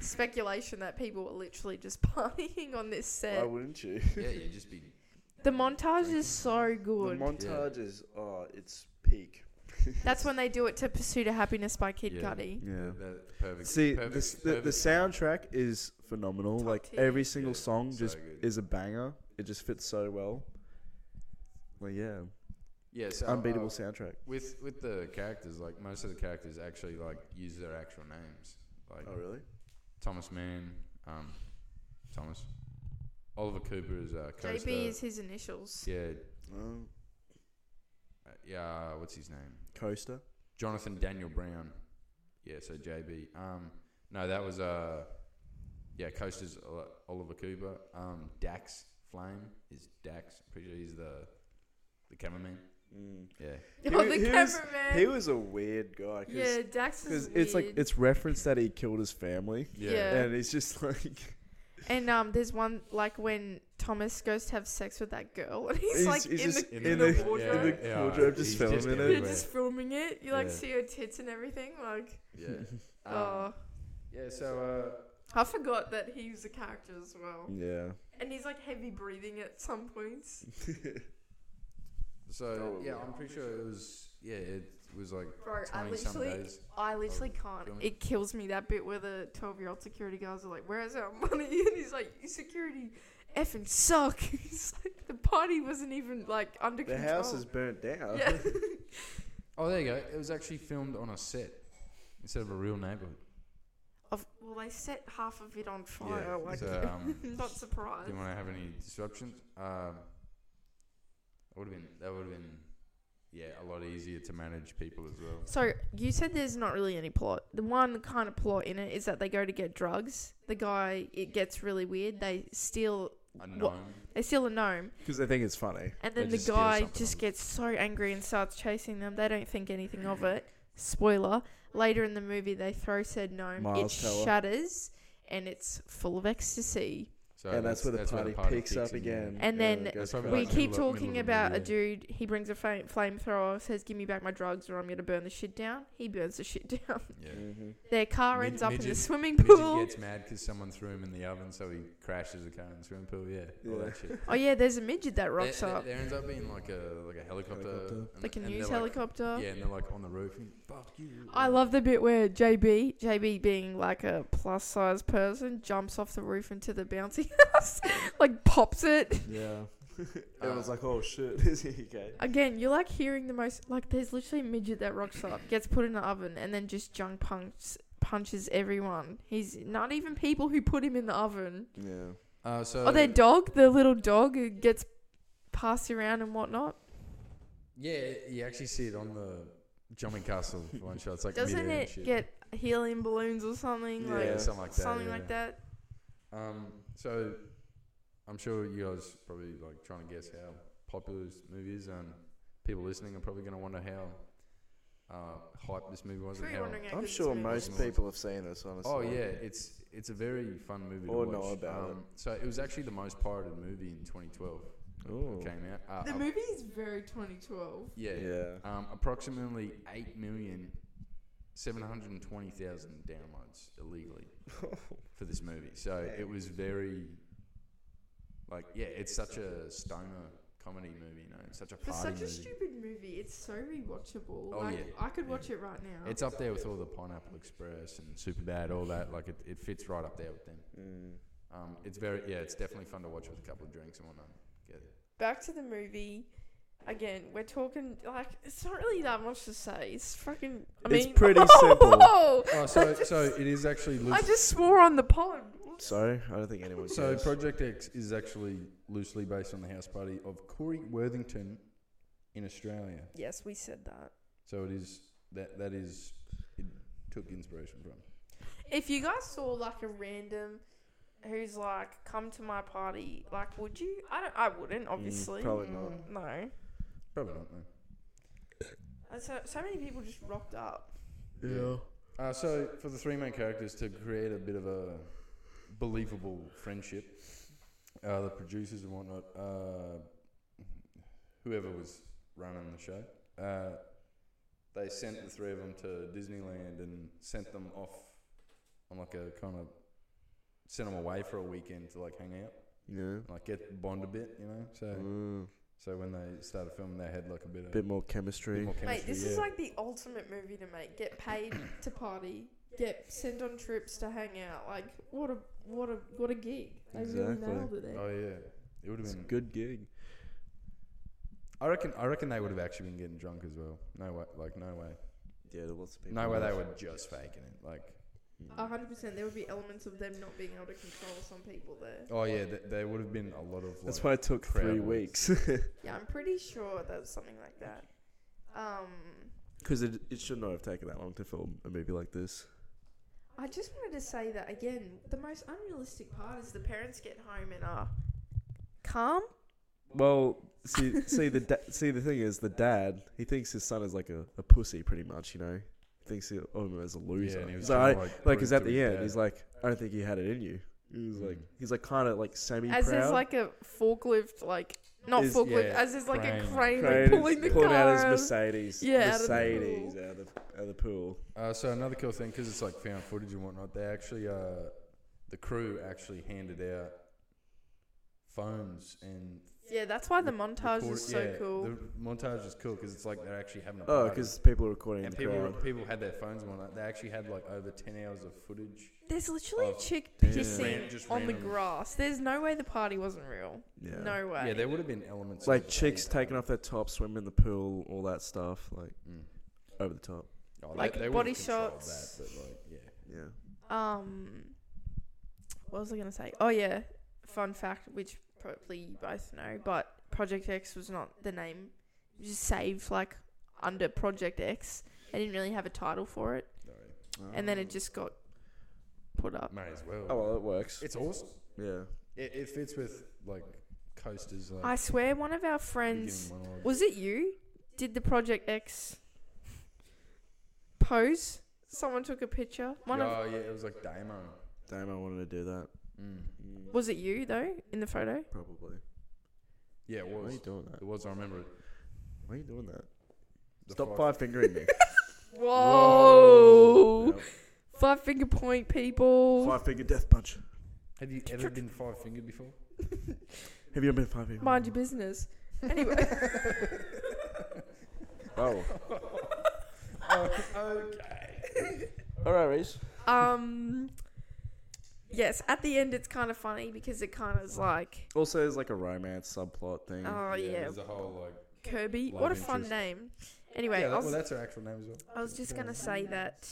Speaker 3: speculation that people were literally just partying on this
Speaker 2: Why
Speaker 3: set.
Speaker 2: wouldn't you?
Speaker 4: yeah, you'd just be
Speaker 3: The montage is so
Speaker 2: The
Speaker 3: good.
Speaker 2: montage is oh, it's peak.
Speaker 3: That's when they do it to Pursue to Happiness by Kid
Speaker 4: Yeah.
Speaker 3: Cudi.
Speaker 2: Yeah.
Speaker 4: the perfect.
Speaker 2: See,
Speaker 4: perfect,
Speaker 2: the, s- the, the
Speaker 4: perfect-
Speaker 2: soundtrack is phenomenal.
Speaker 3: Top
Speaker 2: like
Speaker 3: tier.
Speaker 2: every single
Speaker 4: Yeah,
Speaker 2: song
Speaker 4: so
Speaker 2: just
Speaker 4: good.
Speaker 2: is a banger. It just fits so well. Well, yeah,
Speaker 4: yeah, so,
Speaker 2: unbeatable
Speaker 4: uh,
Speaker 2: soundtrack.
Speaker 4: with with the characters, like most of the characters actually like use their actual names, like
Speaker 2: Oh, really?
Speaker 4: Thomas Mann, um, Thomas, Oliver Cooper is uh, Costa.
Speaker 3: JB is his initials.
Speaker 4: yeah,
Speaker 2: Oh,
Speaker 4: uh, yeah. What's his name?
Speaker 2: Coaster.
Speaker 4: Jonathan Daniel Brown. Yeah, so JB. Um, no, that was uh, yeah, Coaster's Oli- Oliver Cooper. Um, Dax Flame is Dax. Pretty sure he's the the cameraman.
Speaker 2: Mm.
Speaker 4: Yeah,
Speaker 2: He
Speaker 3: oh,
Speaker 2: wa-
Speaker 3: the
Speaker 2: he was-
Speaker 3: cameraman.
Speaker 2: He was a weird guy. Cause,
Speaker 3: yeah, Dax
Speaker 2: Because
Speaker 3: is
Speaker 2: it's like
Speaker 3: weird.
Speaker 2: it's referenced that he killed his family,
Speaker 3: Yeah.
Speaker 2: and it's just like
Speaker 3: and um, there's one like when Thomas goes to have sex with that girl, and he's,
Speaker 2: He's-
Speaker 3: like
Speaker 2: he's
Speaker 3: in
Speaker 2: just
Speaker 3: the
Speaker 2: in
Speaker 3: in
Speaker 2: the-
Speaker 3: the,
Speaker 2: in the
Speaker 3: wardrobe.
Speaker 2: the wardrobe, just
Speaker 4: he's
Speaker 2: filming it.
Speaker 3: You're
Speaker 4: everywhere.
Speaker 3: just filming it. You like
Speaker 4: Yeah. Um,
Speaker 3: see her tits and everything. Like,
Speaker 4: Yeah.
Speaker 3: oh,
Speaker 4: yeah. So. Uh,
Speaker 3: I forgot that he was a character as well.
Speaker 2: yeah.
Speaker 3: And he's like heavy breathing at some points.
Speaker 2: Oh,
Speaker 4: So yeah, I'm pretty sure it was yeah, it was like
Speaker 3: Bro, I
Speaker 4: twenty some
Speaker 3: literally-
Speaker 4: days.
Speaker 3: I literally can't.
Speaker 4: Filming.
Speaker 3: It kills me that bit where the twelve-year-old security guards are like, "Where's our money?" And he's like, "You security effing suck." he's like, the party wasn't even like under
Speaker 2: The
Speaker 3: control.
Speaker 2: house is burnt down.
Speaker 3: yeah.
Speaker 4: Oh, there you go. It was actually filmed on a set instead of a real neighborhood.
Speaker 3: of, well, they set half of it on fire.
Speaker 4: Yeah.
Speaker 3: Like,
Speaker 4: So um,
Speaker 3: not surprised.
Speaker 4: didn't want to have any disruptions. Um, would have been that would have been yeah a lot easier to manage people as well.
Speaker 3: So you said there's not really any plot. The one kind of plot in it is that they go to get drugs. The guy, it gets really weird. They steal,
Speaker 4: Unknown.
Speaker 3: they steal a gnome,
Speaker 2: Because they think it's funny.
Speaker 3: and
Speaker 4: They
Speaker 3: then the
Speaker 4: just steal
Speaker 3: guy
Speaker 4: something
Speaker 3: just
Speaker 4: on-
Speaker 3: gets so angry and starts chasing them. They don't think anything of it. Spoiler: Later in the movie, they throw said gnome.
Speaker 2: Miles
Speaker 3: it
Speaker 2: Teller.
Speaker 3: shatters, and it's full of ecstasy.
Speaker 4: So
Speaker 2: and that's, where the party picks, up
Speaker 4: in, yeah.
Speaker 2: again.
Speaker 3: And
Speaker 2: Yeah,
Speaker 3: then
Speaker 2: it goes
Speaker 4: That's probably
Speaker 2: crazy.
Speaker 3: We
Speaker 4: like
Speaker 3: keep
Speaker 4: middle of-
Speaker 3: talking
Speaker 4: middle of the
Speaker 3: about a
Speaker 4: year.
Speaker 3: dude. He brings a flame flamethrower, says, "Give me back my drugs, or I'm gonna burn the shit down." He burns the shit down.
Speaker 4: Yeah.
Speaker 2: Mhm.
Speaker 3: Their car
Speaker 4: Mid-
Speaker 3: ends up in the
Speaker 4: midget-
Speaker 3: swimming
Speaker 4: Midget
Speaker 3: pool.
Speaker 4: gets mad because someone threw him in the oven, so he crashes the car in the swimming pool. Yeah, all
Speaker 2: Yeah.
Speaker 4: that shit.
Speaker 3: Oh yeah, there's a midget that
Speaker 4: There-
Speaker 3: rocks
Speaker 4: there,
Speaker 3: up,
Speaker 4: There ends up being like a like a helicopter,
Speaker 2: Helicopter.
Speaker 4: and-
Speaker 3: like a
Speaker 4: and they're
Speaker 3: news
Speaker 4: like-
Speaker 3: helicopter.
Speaker 4: yeah, and they're like on the roof. And, Fuck
Speaker 2: Mm-hmm.
Speaker 4: you!
Speaker 3: I love the bit where JB, JB being like a plus size person, jumps off the roof into the bouncy house, like pops it.
Speaker 2: Yeah.
Speaker 4: Everyone's
Speaker 2: Everyone's
Speaker 4: Uh,
Speaker 2: like, oh shit, is he okay?
Speaker 3: Again, you're like hearing the most. Like there's literally a midget that rocks up, gets put in the oven, and then just junk punks punches everyone. He's not even people who put him in the oven.
Speaker 2: Yeah.
Speaker 4: Uh, so
Speaker 3: Oh, their dog, the little dog who gets passed around and whatnot.
Speaker 4: yeah, you actually see it on the Jumping Castle one shot. It's like
Speaker 3: Doesn't
Speaker 4: mid-air and
Speaker 3: it
Speaker 4: shit.
Speaker 3: get helium balloons or something?
Speaker 2: Yeah,
Speaker 4: yeah,
Speaker 3: like
Speaker 4: something like that?
Speaker 3: something
Speaker 4: yeah.
Speaker 3: like that.
Speaker 4: Um, so I'm sure you guys probably like trying to guess how popular this movie is. Um, people listening are probably going to wonder how uh, hype this movie was. and
Speaker 3: Probably
Speaker 4: how-
Speaker 3: wondering how
Speaker 2: I'm
Speaker 3: good
Speaker 2: sure
Speaker 3: this movie is.
Speaker 2: most people have seen this, honestly.
Speaker 4: Oh yeah, it's it's a very fun movie
Speaker 2: Or
Speaker 4: to
Speaker 2: know
Speaker 4: watch.
Speaker 2: about
Speaker 4: um, So it was actually the most pirated movie in 2012.
Speaker 2: Ooh.
Speaker 4: It came out. Uh,
Speaker 3: The
Speaker 4: uh,
Speaker 3: movie is very 2012.
Speaker 4: Yeah.
Speaker 2: Yeah.
Speaker 4: Um, approximately eight million seven hundred and twenty thousand downloads illegally for this movie. So it was very, like, yeah, it's such a stoner comedy movie. You know, it's such a
Speaker 3: For
Speaker 4: party
Speaker 3: such a
Speaker 4: movie.
Speaker 3: stupid movie, it's so rewatchable.
Speaker 4: Oh,
Speaker 3: like
Speaker 4: yeah.
Speaker 3: I could
Speaker 4: Yeah.
Speaker 3: watch it right now.
Speaker 4: it's up there with all the Pineapple Express and Superbad, all that. Like, it, it fits right up there with them.
Speaker 2: Mm.
Speaker 4: Um, it's very, yeah, it's definitely fun to watch with a couple of drinks and whatnot. Get it.
Speaker 3: Back to the movie. Again, we're talking like it's not really that much to say. It's fucking. I
Speaker 2: It's
Speaker 3: mean,
Speaker 2: pretty simple.
Speaker 3: Whoa!
Speaker 4: Oh, so so it is actually
Speaker 3: I
Speaker 4: loosely
Speaker 3: just swore on the pod.
Speaker 2: Sorry, I don't think anyone.
Speaker 4: So
Speaker 2: cares. Mm,
Speaker 4: Project X is actually loosely based on the house party of Corey Worthington in Australia.
Speaker 3: Yes, we said that.
Speaker 4: So it is that that is it took inspiration from.
Speaker 3: If you guys saw like a random who's like come to my party, like would you? I don't. I wouldn't obviously.
Speaker 2: Mm, probably not.
Speaker 3: Mm, No.
Speaker 4: Probably not know.
Speaker 3: And so so many people just rocked up. Mm.
Speaker 2: yeah.
Speaker 4: Uh, so for the three main characters to create a bit of a believable friendship, uh, the producers and whatnot, uh, whoever was running the show, uh, they sent the three of them to Disneyland and sent them off on like a kind of sent them away for a weekend to like hang out,
Speaker 2: Yeah.
Speaker 4: like get bond a bit, you know. So
Speaker 2: Mm,
Speaker 4: so when they started filming, they had like a bit of
Speaker 2: bit more
Speaker 4: bit
Speaker 2: chemistry.
Speaker 4: more chemistry.
Speaker 3: Mate, this is
Speaker 4: yeah.
Speaker 3: like the ultimate movie to make. Get paid to party. Get sent on trips to hang out. Like what a what a what a gig. They really
Speaker 2: Exactly.
Speaker 3: nailed it. there.
Speaker 4: oh yeah, it would have
Speaker 2: It's a
Speaker 4: been
Speaker 2: good gig.
Speaker 4: I reckon. I reckon they would have actually been getting drunk as well. No way. Like no way.
Speaker 2: Yeah, there was people.
Speaker 4: No way. They
Speaker 2: there.
Speaker 4: were just faking it. Like
Speaker 2: Mm.
Speaker 3: A hundred percent. There would be elements of them not being able to control some people there.
Speaker 4: oh yeah, th- there would have been a lot of. Like,
Speaker 2: That's why it took three
Speaker 4: crowd work.
Speaker 2: weeks.
Speaker 3: Yeah, I'm pretty sure that's something like that. Um,
Speaker 2: Because it, it should not have taken that long to film a movie like this.
Speaker 3: I just wanted to say that again. The most unrealistic part is the parents get home and are calm.
Speaker 2: Well, see, see the da- see the thing is, the dad he thinks his son is like a, a pussy, pretty much. You know, he thinks he, of him as a loser.
Speaker 4: Yeah, and he was
Speaker 2: so
Speaker 4: kinda
Speaker 2: I,
Speaker 4: like,
Speaker 2: like, is
Speaker 4: rude
Speaker 2: at
Speaker 4: to
Speaker 2: the
Speaker 4: his
Speaker 2: end,
Speaker 4: dad.
Speaker 2: he's like, I don't think he had it in you. He was like,
Speaker 4: Mm.
Speaker 2: he's like kind of like semi proud.
Speaker 3: As there's like a forklift, like not
Speaker 2: Is-
Speaker 3: forklift.
Speaker 4: yeah,
Speaker 3: as there's like a
Speaker 4: crane.
Speaker 3: crane, like, pulling the car. um,
Speaker 2: out his Mercedes.
Speaker 3: Yeah, out of the
Speaker 2: Mercedes out of the out of the pool.
Speaker 4: Uh, so another cool thing, because it's like found footage and whatnot. They actually, uh, the crew actually handed out phones and.
Speaker 3: yeah, that's why the montage
Speaker 4: record-
Speaker 3: is so
Speaker 4: yeah,
Speaker 3: cool.
Speaker 4: The montage is cool because it's like they're actually having a.
Speaker 2: Oh,
Speaker 4: party.
Speaker 2: because people are recording in
Speaker 4: and
Speaker 2: the
Speaker 4: people
Speaker 2: crowd.
Speaker 4: people had their phones and whatnot. They actually had like over ten hours of footage.
Speaker 3: There's literally
Speaker 4: Oh,
Speaker 3: a chick
Speaker 2: yeah.
Speaker 3: pissing
Speaker 4: Ran- just
Speaker 3: on the
Speaker 4: random.
Speaker 3: grass. There's no way the party wasn't real.
Speaker 2: Yeah.
Speaker 3: No way.
Speaker 4: Yeah, there would have been elements
Speaker 2: Like
Speaker 4: of
Speaker 2: chicks
Speaker 4: a-
Speaker 2: taking off their top, swimming in the pool, all that stuff, like
Speaker 4: Mm.
Speaker 2: over the top.
Speaker 4: Oh,
Speaker 3: Like,
Speaker 4: would have
Speaker 3: body
Speaker 4: controlled
Speaker 3: shots.
Speaker 4: That, but like, yeah.
Speaker 2: Yeah.
Speaker 3: Um, what was I gonna say? Oh yeah, fun fact, which probably you both know, but Project X was not the name. It was just saved like under Project X. They didn't really have a title for it,
Speaker 4: Sorry.
Speaker 3: and
Speaker 4: Um,
Speaker 3: then it just got put up.
Speaker 4: May as well.
Speaker 2: Oh well, it works.
Speaker 4: it's awesome.
Speaker 2: Yeah.
Speaker 4: It, it fits with like coasters. Like,
Speaker 3: I swear, one of
Speaker 4: beginning
Speaker 3: our friends
Speaker 4: monologue.
Speaker 3: was it you? Did the Project X pose? Someone took a picture. One of
Speaker 4: oh yeah, it was like Damo.
Speaker 2: Damn, I wanted to do that.
Speaker 4: Mm.
Speaker 2: Mm,
Speaker 3: was it you though in the photo?
Speaker 2: Probably.
Speaker 4: Yeah, it
Speaker 2: Why are
Speaker 4: was.
Speaker 2: you doing that?
Speaker 4: It was. I remember it.
Speaker 2: Why are you doing that?
Speaker 4: The
Speaker 2: Stop
Speaker 4: five-
Speaker 2: five fingering me.
Speaker 3: Whoa!
Speaker 4: Yep.
Speaker 3: Five finger point, people.
Speaker 2: five finger death punch.
Speaker 4: Have you ever been five fingered before?
Speaker 2: Have you ever been five fingered?
Speaker 3: Mind your business. Anyway,
Speaker 2: Oh.
Speaker 4: okay.
Speaker 2: all right, Reese.
Speaker 3: um, yes, at the end it's kind of funny because it kind of is like,
Speaker 2: Also, there's like a romance subplot thing.
Speaker 3: oh yeah,
Speaker 4: There's a whole like.
Speaker 3: Kirby.
Speaker 4: Love
Speaker 3: What a fun
Speaker 4: interest.
Speaker 3: name. Anyway,
Speaker 4: yeah,
Speaker 3: I,
Speaker 4: that, well,
Speaker 3: was,
Speaker 4: that's her actual name as well.
Speaker 3: I was just gonna say that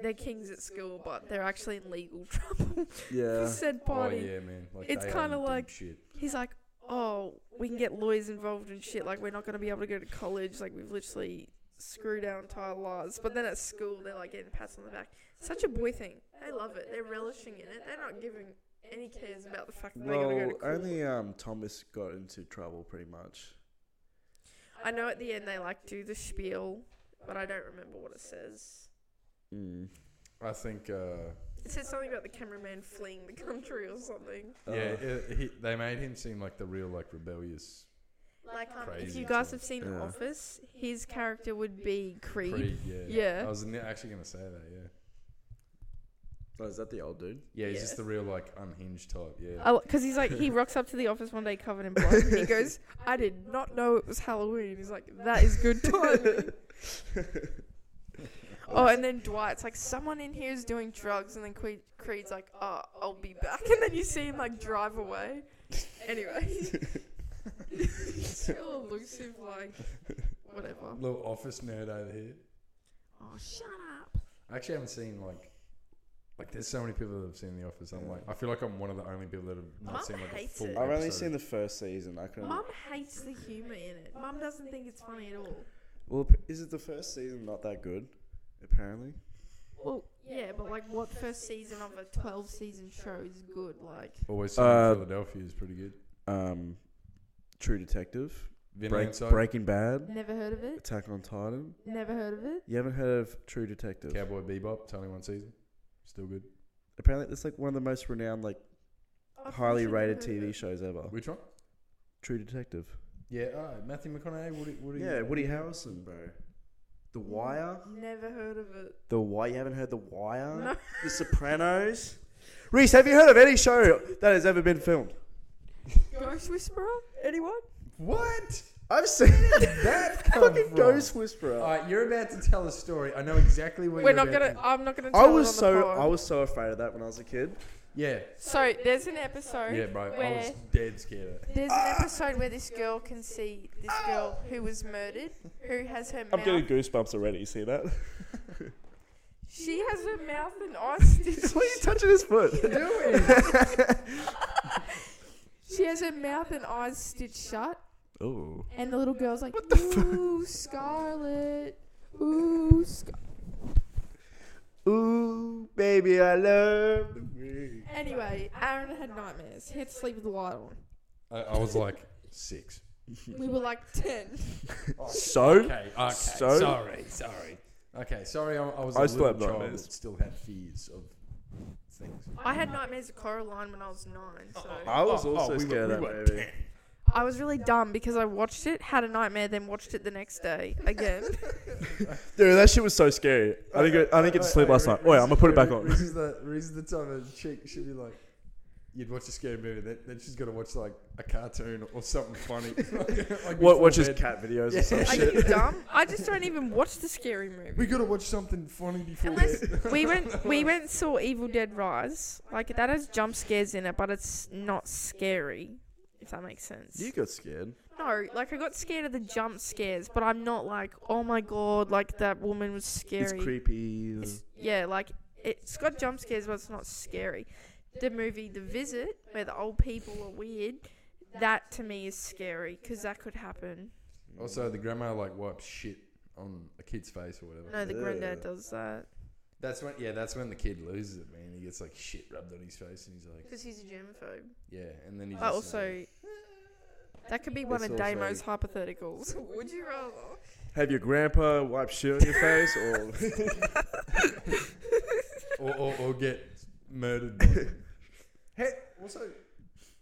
Speaker 3: they're kings at school, but they're actually in legal trouble for
Speaker 2: Yeah.
Speaker 3: said
Speaker 4: Oh
Speaker 3: party.
Speaker 4: yeah, man. Like,
Speaker 3: It's
Speaker 4: they are
Speaker 3: kinda
Speaker 4: deep
Speaker 3: like-
Speaker 4: shit.
Speaker 3: He's like, oh, we can get lawyers involved and shit. Like, we're not going to be able to go to college. Like, we've literally screwed our entire lives. But then at school, they're like getting pats on the back. Such a boy thing. They love it. They're relishing in it. They're not giving any cares about the fact that they're going
Speaker 2: Well,
Speaker 3: to go to college.
Speaker 2: only um Thomas got into trouble pretty much.
Speaker 3: I know at the end they like do the spiel, but I don't remember what it says.
Speaker 2: Mm.
Speaker 4: I think.
Speaker 2: Uh-huh.
Speaker 4: Uh,
Speaker 3: It said something about the cameraman fleeing the country or something.
Speaker 2: Uh,
Speaker 4: yeah, it, he, they made him seem like the real like rebellious.
Speaker 3: Like, um, if
Speaker 4: Crazy
Speaker 3: you guys
Speaker 4: talk.
Speaker 3: have seen The
Speaker 2: Yeah.
Speaker 3: Office, his character would be Creed.
Speaker 4: Creed, yeah.
Speaker 3: Yeah.
Speaker 4: I was ne- actually gonna say that. Yeah.
Speaker 2: Oh, is that the old dude?
Speaker 4: Yeah, he's
Speaker 3: Yeah.
Speaker 4: just the real like unhinged type. Yeah.
Speaker 3: Because Oh, he's like, he rocks up to the office one day covered in blood. and he goes, I did not know it was Halloween. He's like, that is good timing. oh, and then Dwight's like, someone in here is doing drugs. And then Creed, Creed's like, oh, I'll be back. And then you see him like drive away. Anyway. Still elusive, like, whatever.
Speaker 4: Little office nerd over here.
Speaker 3: Oh, shut up.
Speaker 4: I actually haven't seen like Like, there's so many people that have seen The Office. I'm like, I feel like I'm one of the only people that have not
Speaker 3: Mum
Speaker 4: seen like a
Speaker 3: hates
Speaker 4: full.
Speaker 3: it.
Speaker 2: I've only
Speaker 4: episode.
Speaker 2: seen the first season. I can.
Speaker 3: Mum hates the humour in it. Mum doesn't think it's funny at all.
Speaker 2: Well, p- is it the first season not that good? Apparently.
Speaker 3: Well, yeah, but like, what first season of a twelve season show is good? Like,
Speaker 4: Always Sunny
Speaker 2: Uh,
Speaker 4: in Philadelphia is pretty good.
Speaker 2: Um, True Detective,
Speaker 4: Vanilla
Speaker 2: Break,
Speaker 4: Inside,
Speaker 2: Breaking Bad,
Speaker 3: never heard of it.
Speaker 2: Attack on Titan.
Speaker 3: Never heard of it.
Speaker 2: You haven't heard of True Detective?
Speaker 4: Cowboy Bebop. It's only one season. Still good.
Speaker 2: Apparently, it's like one of the most renowned, like
Speaker 3: I've
Speaker 2: highly
Speaker 3: never
Speaker 2: rated
Speaker 3: heard of
Speaker 2: TV
Speaker 3: it.
Speaker 2: shows ever.
Speaker 4: Which one?
Speaker 2: True Detective.
Speaker 4: Yeah. Oh, Matthew McConaughey. Woody. Woody
Speaker 2: Yeah, Woody Harrelson, bro. The Wire.
Speaker 3: Never heard of it.
Speaker 2: The Wire. You haven't heard The Wire?
Speaker 3: No.
Speaker 2: The Sopranos. Reese, have you heard of any show that has ever been filmed?
Speaker 3: Ghost Whisperer? Anyone?
Speaker 4: What?
Speaker 2: I've seen it.
Speaker 4: That come
Speaker 2: Fucking
Speaker 4: from?
Speaker 2: Ghost Whisperer.
Speaker 4: All right, you're about to tell a story. I know exactly what
Speaker 3: We're
Speaker 4: you're
Speaker 3: not
Speaker 4: about
Speaker 3: gonna.
Speaker 4: to-
Speaker 3: I'm not gonna. Tell
Speaker 2: I was
Speaker 3: it on the
Speaker 2: so
Speaker 3: pod.
Speaker 2: I was so afraid of that when I was a kid.
Speaker 4: Yeah.
Speaker 3: So there's an episode.
Speaker 4: Yeah, bro. I
Speaker 3: Where-
Speaker 4: was dead scared. Of that.
Speaker 3: There's an episode where this girl can see this girl who was murdered, who has her mouth.
Speaker 2: goosebumps already. You see that?
Speaker 3: She has her mouth and eyes stitched.
Speaker 2: Why are you touching his foot?
Speaker 3: She has her mouth and eyes stitched shut,
Speaker 2: Ooh.
Speaker 3: and the little girl's like, "Ooh, Scarlet, ooh, Scar-"
Speaker 2: Ooh, baby, I love the way.
Speaker 3: Anyway, Aaron had nightmares. He had to sleep with the light on.
Speaker 4: I, I was like six. Oh,
Speaker 3: We were like ten.
Speaker 2: So
Speaker 4: Okay. Okay.
Speaker 2: So-
Speaker 4: sorry. Sorry. Okay. Sorry. I, I was a
Speaker 2: I
Speaker 4: little
Speaker 2: still have
Speaker 4: child
Speaker 2: nightmares.
Speaker 4: that still had fears of things.
Speaker 3: I had nightmares of Coraline when I was nine, so
Speaker 2: I was
Speaker 4: Oh, oh,
Speaker 2: also
Speaker 4: we were-
Speaker 2: scared
Speaker 4: we
Speaker 2: of
Speaker 4: were
Speaker 2: that movie.
Speaker 3: I was really dumb because I watched it, had a nightmare, then watched it the next day again.
Speaker 2: Dude, that shit was so scary. I think it, I think it
Speaker 4: Wait,
Speaker 2: sleep
Speaker 4: wait,
Speaker 2: last
Speaker 4: wait,
Speaker 2: night. Wait, I'm gonna put it back on.
Speaker 4: This is the this is the time a chick should be like, you'd watch a scary movie, then, then she's got to watch like a cartoon or something funny. like
Speaker 2: What
Speaker 4: before
Speaker 2: watches
Speaker 4: bed.
Speaker 2: cat videos or some
Speaker 4: Yeah.
Speaker 3: Are
Speaker 2: shit?
Speaker 3: you dumb? I just don't even watch the scary movies.
Speaker 4: We gotta watch something funny before
Speaker 3: Unless
Speaker 4: bed.
Speaker 3: we went, we went and saw Evil Dead Rise. Like that has jump scares in it, but it's not scary. If that makes sense.
Speaker 2: You got scared.
Speaker 3: no, like I got scared of the jump scares, but I'm not like, oh my god, like that woman was scary.
Speaker 2: It's creepy.
Speaker 3: It's- yeah, like it's got jump scares, but it's not scary. The movie The Visit, where the old people are weird, that to me is scary because that could happen.
Speaker 4: Also, the grandma like wipes shit on a kid's face or whatever.
Speaker 3: No, the granddad
Speaker 2: Ugh.
Speaker 3: does that
Speaker 4: That's when, yeah, that's when the kid loses it, man. He gets like shit rubbed on his face, and he's like,
Speaker 3: because he's a germaphobe.
Speaker 4: yeah, and then he's
Speaker 3: But
Speaker 4: just like-
Speaker 3: also, that could be one
Speaker 2: It's
Speaker 3: of
Speaker 2: also-
Speaker 3: Damo's hypotheticals. Would you rather?
Speaker 2: Have your grandpa wipe shit on your face, or
Speaker 4: or, or, or get murdered. By them. hey, also,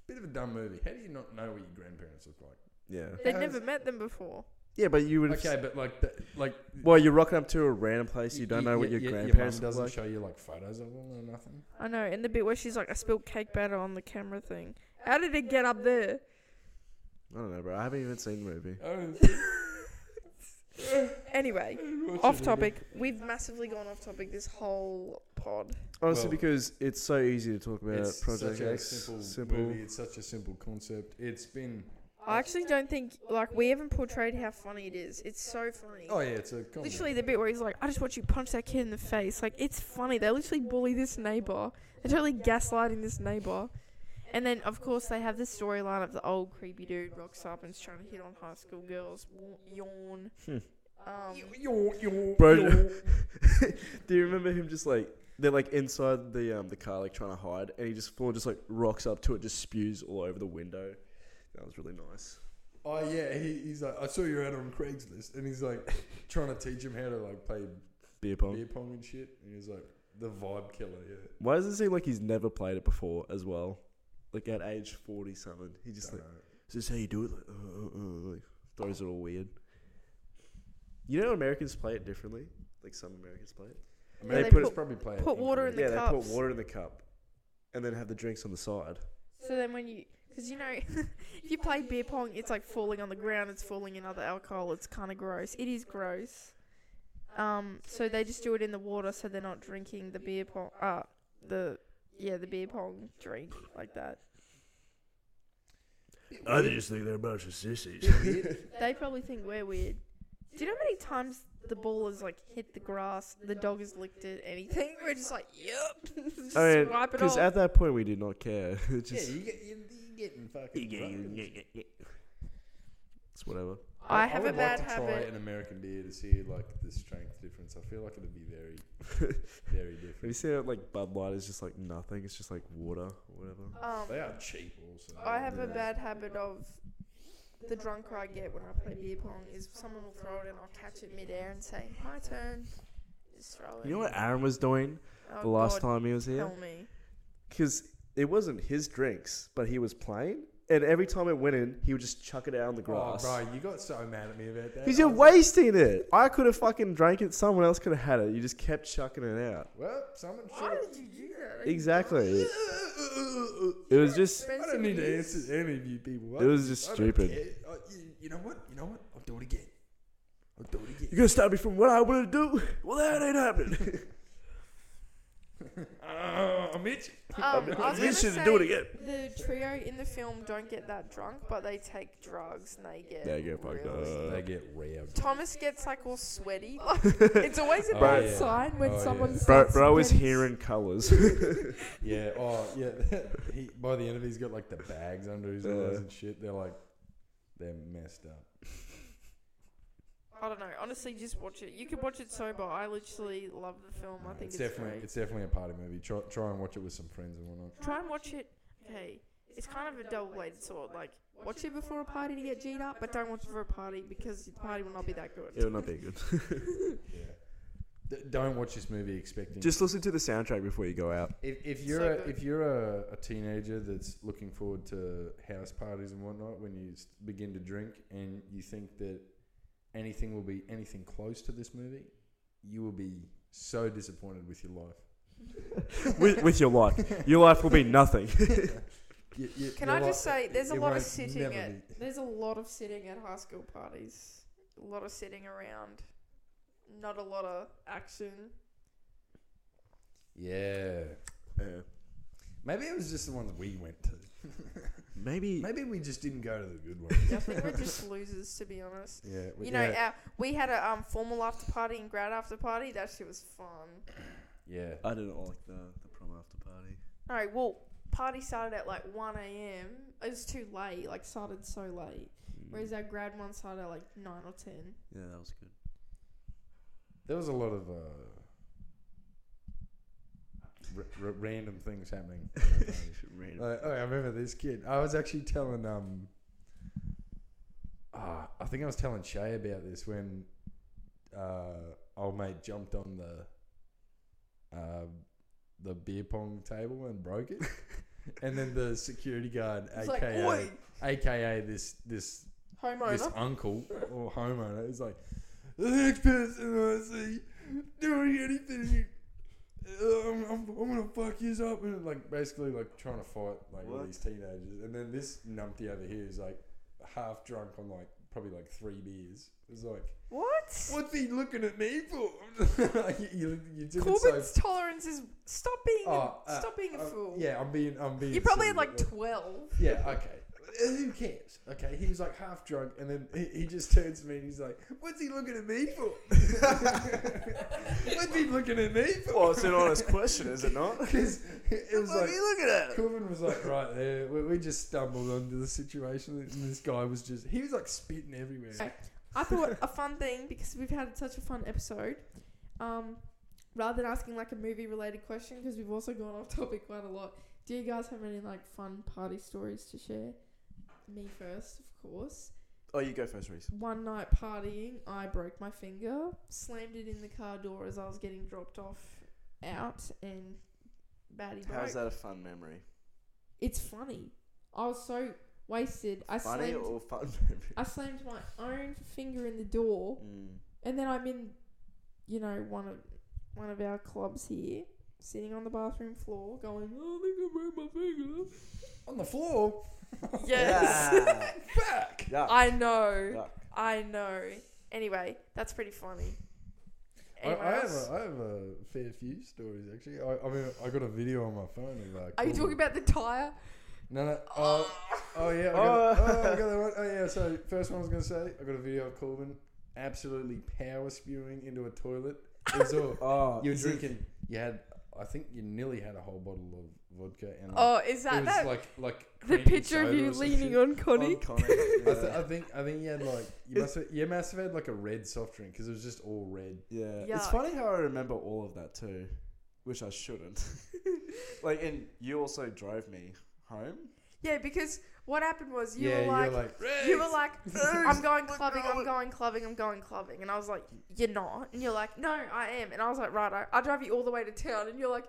Speaker 4: bit of a dumb movie. How do you not know what your grandparents look like?
Speaker 2: yeah,
Speaker 3: They'd
Speaker 4: How's-
Speaker 3: never met them before.
Speaker 2: yeah, but you would.
Speaker 4: Okay, but like, the, like,
Speaker 2: Well, you're rocking up to a random place you don't
Speaker 4: y-
Speaker 2: know what
Speaker 4: y-
Speaker 2: your
Speaker 4: y- mum
Speaker 2: grandparents
Speaker 4: doesn't
Speaker 2: look like.
Speaker 4: show you like photos of them or nothing.
Speaker 3: I know. And the bit where she's like, "I spilled cake batter on the camera thing." How did it get up there?
Speaker 2: I don't know, bro. I haven't even seen the movie.
Speaker 3: Anyway, off topic. We've massively gone off topic this whole pod.
Speaker 2: Honestly,
Speaker 4: Well,
Speaker 2: because it's so easy to talk about
Speaker 4: It's
Speaker 2: Project
Speaker 4: such a
Speaker 2: X.
Speaker 4: simple,
Speaker 2: simple.
Speaker 4: movie. It's such a simple concept. It's been.
Speaker 3: I actually don't think like we haven't portrayed how funny it is. It's so funny.
Speaker 4: Oh yeah, it's a comedy.
Speaker 3: Literally, the bit where he's like, "I just want you to punch that kid in the face." Like, it's funny. They literally bully this neighbor. They're totally gaslighting this neighbor. And then, of course, they have the storyline of the old creepy dude rocks up and is trying to hit on high school girls. Wa- Yawn.
Speaker 2: Hmm.
Speaker 3: Um,
Speaker 2: Bro, do you remember him just like they're like inside the um the car like trying to hide, and he just full just like rocks up to it, just spews all over the window. That was really nice.
Speaker 4: Oh yeah, he, he's like, I saw your ad on Craigslist, and he's like, trying to teach him how to like play
Speaker 2: Beer pong.
Speaker 4: beer pong and shit. And he's like, the vibe killer. Yeah.
Speaker 2: Why does it seem like he's never played it before as well? Like at age forty something, he just like, is this how you do it? Like, uh, uh, uh, like, throws it all weird. You know, Americans play it differently. Like some Americans play it.
Speaker 4: Americans
Speaker 3: they put-
Speaker 4: probably play
Speaker 3: put water in the
Speaker 2: yeah, they put
Speaker 3: cups.
Speaker 2: water in the cup, and then have the drinks on the side.
Speaker 3: so then, when you, because you know, if you play beer pong, it's like falling on the ground. It's falling in other alcohol. It's kind of gross. It is gross. Um, so they just do it in the water, so they're not drinking the beer pong. Uh, the yeah, the beer pong drink like that.
Speaker 2: just think they're a bunch of sissies.
Speaker 3: They probably think we're weird. Do you know how many times the ball has like hit the grass, the dog has licked it, anything. We're just like, yep, just
Speaker 4: Oh,
Speaker 2: I mean,
Speaker 3: wipe it
Speaker 2: because
Speaker 3: off.
Speaker 2: at that point we did not care. It
Speaker 4: Yeah,
Speaker 2: just
Speaker 4: you get, you're, you're getting fucking. drunk.
Speaker 2: it's whatever.
Speaker 3: I have a
Speaker 4: would
Speaker 3: bad
Speaker 4: like to Try
Speaker 3: habit.
Speaker 4: an American beer to see like the strength difference. I feel like it'd be very, very
Speaker 2: Have you
Speaker 4: different.
Speaker 2: seen it like Bud Light is just like nothing? It's just like water or whatever.
Speaker 3: Um,
Speaker 4: They are cheap also.
Speaker 3: I have a
Speaker 2: Yeah.
Speaker 3: bad habit of the drunker I get when I play beer pong is someone will throw it and I'll catch it midair and say, My turn. Just throw it.
Speaker 2: You know what Aaron was doing
Speaker 3: oh,
Speaker 2: the last
Speaker 3: God,
Speaker 2: time he was here?
Speaker 3: Tell me.
Speaker 2: Because it wasn't his drinks, but he was playing. And every time it went in, he would just chuck it out on the
Speaker 4: Oh,
Speaker 2: grass.
Speaker 4: bro, you got so mad at me about that.
Speaker 2: Because
Speaker 4: I
Speaker 2: you're
Speaker 4: was like,
Speaker 2: wasting it. I could have fucking drank it. Someone else could have had it. You just kept chucking it out.
Speaker 4: Well, someone should.
Speaker 3: Why did you do that?
Speaker 2: Exactly. It was just.
Speaker 4: I don't need to answer to any of you people. I
Speaker 2: It
Speaker 4: don't-
Speaker 2: was just
Speaker 4: I don't
Speaker 2: stupid.
Speaker 4: care. I- you, you know what? You know what? I'll do it again. I'll do it
Speaker 2: You're
Speaker 4: again.
Speaker 2: gonna stop me from what I want to do? Well, that ain't happening.
Speaker 4: Ah, I'm itching.
Speaker 3: Um, I was
Speaker 2: you
Speaker 3: gonna
Speaker 2: should
Speaker 3: say
Speaker 2: do it again.
Speaker 3: The trio in the film don't get that drunk, but they take drugs and they get.
Speaker 2: They get fucked
Speaker 3: really-
Speaker 2: up.
Speaker 4: They get rammed.
Speaker 3: Thomas gets like all sweaty. it's always a
Speaker 4: Oh,
Speaker 3: bad
Speaker 4: yeah.
Speaker 3: sign when
Speaker 4: Oh,
Speaker 3: someone.
Speaker 4: yeah.
Speaker 2: Bro,
Speaker 3: starts
Speaker 2: bro is
Speaker 3: sweating.
Speaker 2: hearing colours.
Speaker 4: Yeah. Oh, yeah. he, by the end of it, he's got like the bags under his eyes
Speaker 2: Yeah.
Speaker 4: and shit. They're like, they're messed up.
Speaker 3: I don't know. Honestly, just watch it. You can watch it sober. I literally love the film. I
Speaker 4: No,
Speaker 3: think it's,
Speaker 4: definitely
Speaker 3: great.
Speaker 4: it's definitely a party movie. Try, try and watch it with some friends and whatnot.
Speaker 3: Try and watch it. Okay, it's kind of a double-edged sword. Like, watch it before a party to get g'd up, but don't watch it for a party because the party will not be that good.
Speaker 2: it would not be good.
Speaker 4: Yeah. D- don't watch this movie expecting.
Speaker 2: Just listen to the soundtrack before you go out.
Speaker 4: if, if
Speaker 3: So
Speaker 4: you're a,
Speaker 3: good.
Speaker 4: if you're a, a teenager that's looking forward to house parties and whatnot, when you s- begin to drink and you think that anything will be anything close to this movie, you will be so disappointed with your life.
Speaker 2: with, with your life. Your life will be nothing.
Speaker 4: You- you-
Speaker 3: Can
Speaker 4: your
Speaker 3: I
Speaker 4: li-
Speaker 3: just say, there's a
Speaker 4: it
Speaker 3: lot of
Speaker 4: won't
Speaker 3: sitting
Speaker 4: never
Speaker 3: at
Speaker 4: be-
Speaker 3: there's a lot of sitting at high school parties. A lot of sitting around. Not a lot of action.
Speaker 4: Yeah.
Speaker 2: Yeah.
Speaker 4: Maybe it was just the ones we went to.
Speaker 2: Maybe.
Speaker 4: Maybe we just didn't go to the good ones.
Speaker 3: I think we're just losers, to be honest.
Speaker 4: yeah. we-
Speaker 3: You know,
Speaker 4: yeah.
Speaker 3: uh, we had a um, formal after party and grad after party. That shit was fun.
Speaker 4: yeah.
Speaker 2: I didn't like the, the prom after party.
Speaker 3: No, well, party started at like 1 a.m. It was too late, like, started so late. Whereas our grad one started at like 9 or 10.
Speaker 2: Yeah, that was good.
Speaker 4: There was a lot of uh, r- r- random things happening. at that party. Like, oh, I remember this kid. I was actually telling um, ah, I think I was telling Shay about this when uh, old mate jumped on the uh, the beer pong table and broke it, and then the security guard,
Speaker 3: It's like,
Speaker 4: aka
Speaker 3: oi,
Speaker 4: aka this this um, this
Speaker 3: homeowner.
Speaker 4: uncle or homeowner is like, the next person I see doing anything, Uh, I'm, I'm, I'm gonna fuck yous up and like basically like trying to fight like all
Speaker 2: What?
Speaker 4: these teenagers, and then this numpty over here is like half drunk on like probably like three beers. It's like,
Speaker 3: What?
Speaker 4: what's he looking at me for? you, you, you did it so.
Speaker 3: Corbin's tolerance is stop being
Speaker 4: Oh,
Speaker 3: a,
Speaker 4: uh,
Speaker 3: stop being a
Speaker 4: I'm-
Speaker 3: fool.
Speaker 4: Yeah, I'm being. I'm being.
Speaker 3: you probably
Speaker 4: silly,
Speaker 3: had like
Speaker 4: but-
Speaker 3: twelve.
Speaker 4: yeah, okay. Who cares? Okay, he was like half drunk, and then he, he just turns to me and he's like, "What's he looking at me for? What's he looking at me for?"
Speaker 2: Well, it's an honest question, is it not?
Speaker 4: 'Cause it was like
Speaker 2: looking at?
Speaker 4: Corbin was like right there. We, we just stumbled onto the situation, and this guy was just he was like spitting everywhere.
Speaker 3: I thought a fun thing because we've had such a fun episode. Um, rather than asking like a movie related question because we've also gone off topic quite a lot. Do you guys have any like fun party stories to share? Me first, of course.
Speaker 2: Oh, you go first, Reese.
Speaker 3: One night partying, I broke my finger, slammed it in the car door as I was getting dropped off out, and batty broke.
Speaker 2: How's that a fun memory?
Speaker 3: It's funny. I was so wasted. I
Speaker 2: Funny
Speaker 3: slammed.
Speaker 2: or fun
Speaker 3: I slammed my own finger in the door,
Speaker 4: Mm.
Speaker 2: memory?
Speaker 3: and then I'm in, you know, one of one of our clubs here, sitting on the bathroom floor, going, "Oh, I think I broke my finger."
Speaker 4: On the floor.
Speaker 3: Yes.
Speaker 4: Fuck.
Speaker 2: Yeah.
Speaker 3: I know.
Speaker 2: Yuck.
Speaker 3: I know. Anyway, that's pretty funny.
Speaker 4: I,
Speaker 3: Anyone
Speaker 4: I have
Speaker 3: else?
Speaker 4: a, I have a fair few stories actually. I, I mean, I got a video on my phone of like.
Speaker 3: Are you talking
Speaker 4: Corbin.
Speaker 3: about the tire?
Speaker 4: No, no. Oh,
Speaker 2: Oh.
Speaker 4: Uh, Oh yeah, I got, oh. I got that one. Oh yeah, so first one I was gonna say, I got a video of Corbin absolutely power spewing into a toilet. It was all,
Speaker 2: Oh,
Speaker 4: you were
Speaker 2: is it-
Speaker 4: drinking. You had, I think, you nearly had a whole bottle of vodka and
Speaker 5: Oh, is
Speaker 4: it
Speaker 5: that
Speaker 4: was
Speaker 5: that?
Speaker 4: like like
Speaker 5: the
Speaker 4: creamy
Speaker 5: picture of
Speaker 4: soda
Speaker 5: you
Speaker 4: or Um, something.
Speaker 5: leaning on Connie?
Speaker 2: on Connie,
Speaker 4: I, th-
Speaker 2: yeah.
Speaker 4: I think I think you had like you
Speaker 2: It-
Speaker 4: must have, you must have had like a red soft drink because it was just all red.
Speaker 2: Yeah. It's
Speaker 5: Yuck.
Speaker 2: funny how I remember all of that too, which I shouldn't. like, and you also drove me home.
Speaker 3: Yeah, because what happened was you
Speaker 4: yeah,
Speaker 3: were like,
Speaker 4: you're like
Speaker 3: you were like, I'm going
Speaker 2: We're
Speaker 3: clubbing, I'm
Speaker 2: going."
Speaker 3: going clubbing, I'm going clubbing, and I was like, you're not, and you're like, no, I am, and I was like, right, I, I drive you all the way to town, and you're like,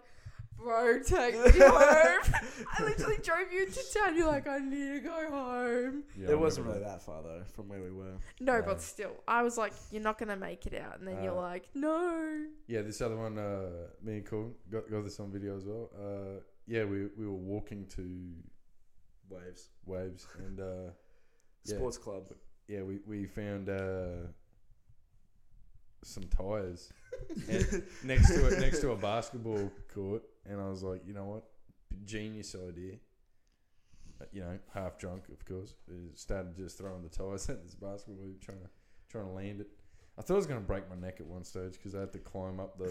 Speaker 3: bro, take me home. I literally drove you to town. You're like, I need to go home.
Speaker 4: Yeah, I
Speaker 2: it wasn't really
Speaker 4: remember
Speaker 2: that far though from where we were.
Speaker 3: No,
Speaker 4: Yeah.
Speaker 3: but still, I was like, you're not gonna make it out, and then you're
Speaker 4: Uh,
Speaker 3: like, no.
Speaker 4: Yeah, this other one, uh, me and Cool got, got this on video as well. Uh, yeah, we we were walking to
Speaker 2: Waves.
Speaker 4: waves and uh, Yeah.
Speaker 2: Sports club.
Speaker 4: yeah, we we found uh, some tires and next to it next to a basketball court, and I was like, you know what, genius idea. Uh, You know, half drunk, of course. uh, Started just throwing the tires at this basketball hoop, trying to trying to land it. I thought I was going to break my neck at one stage because I had to climb up the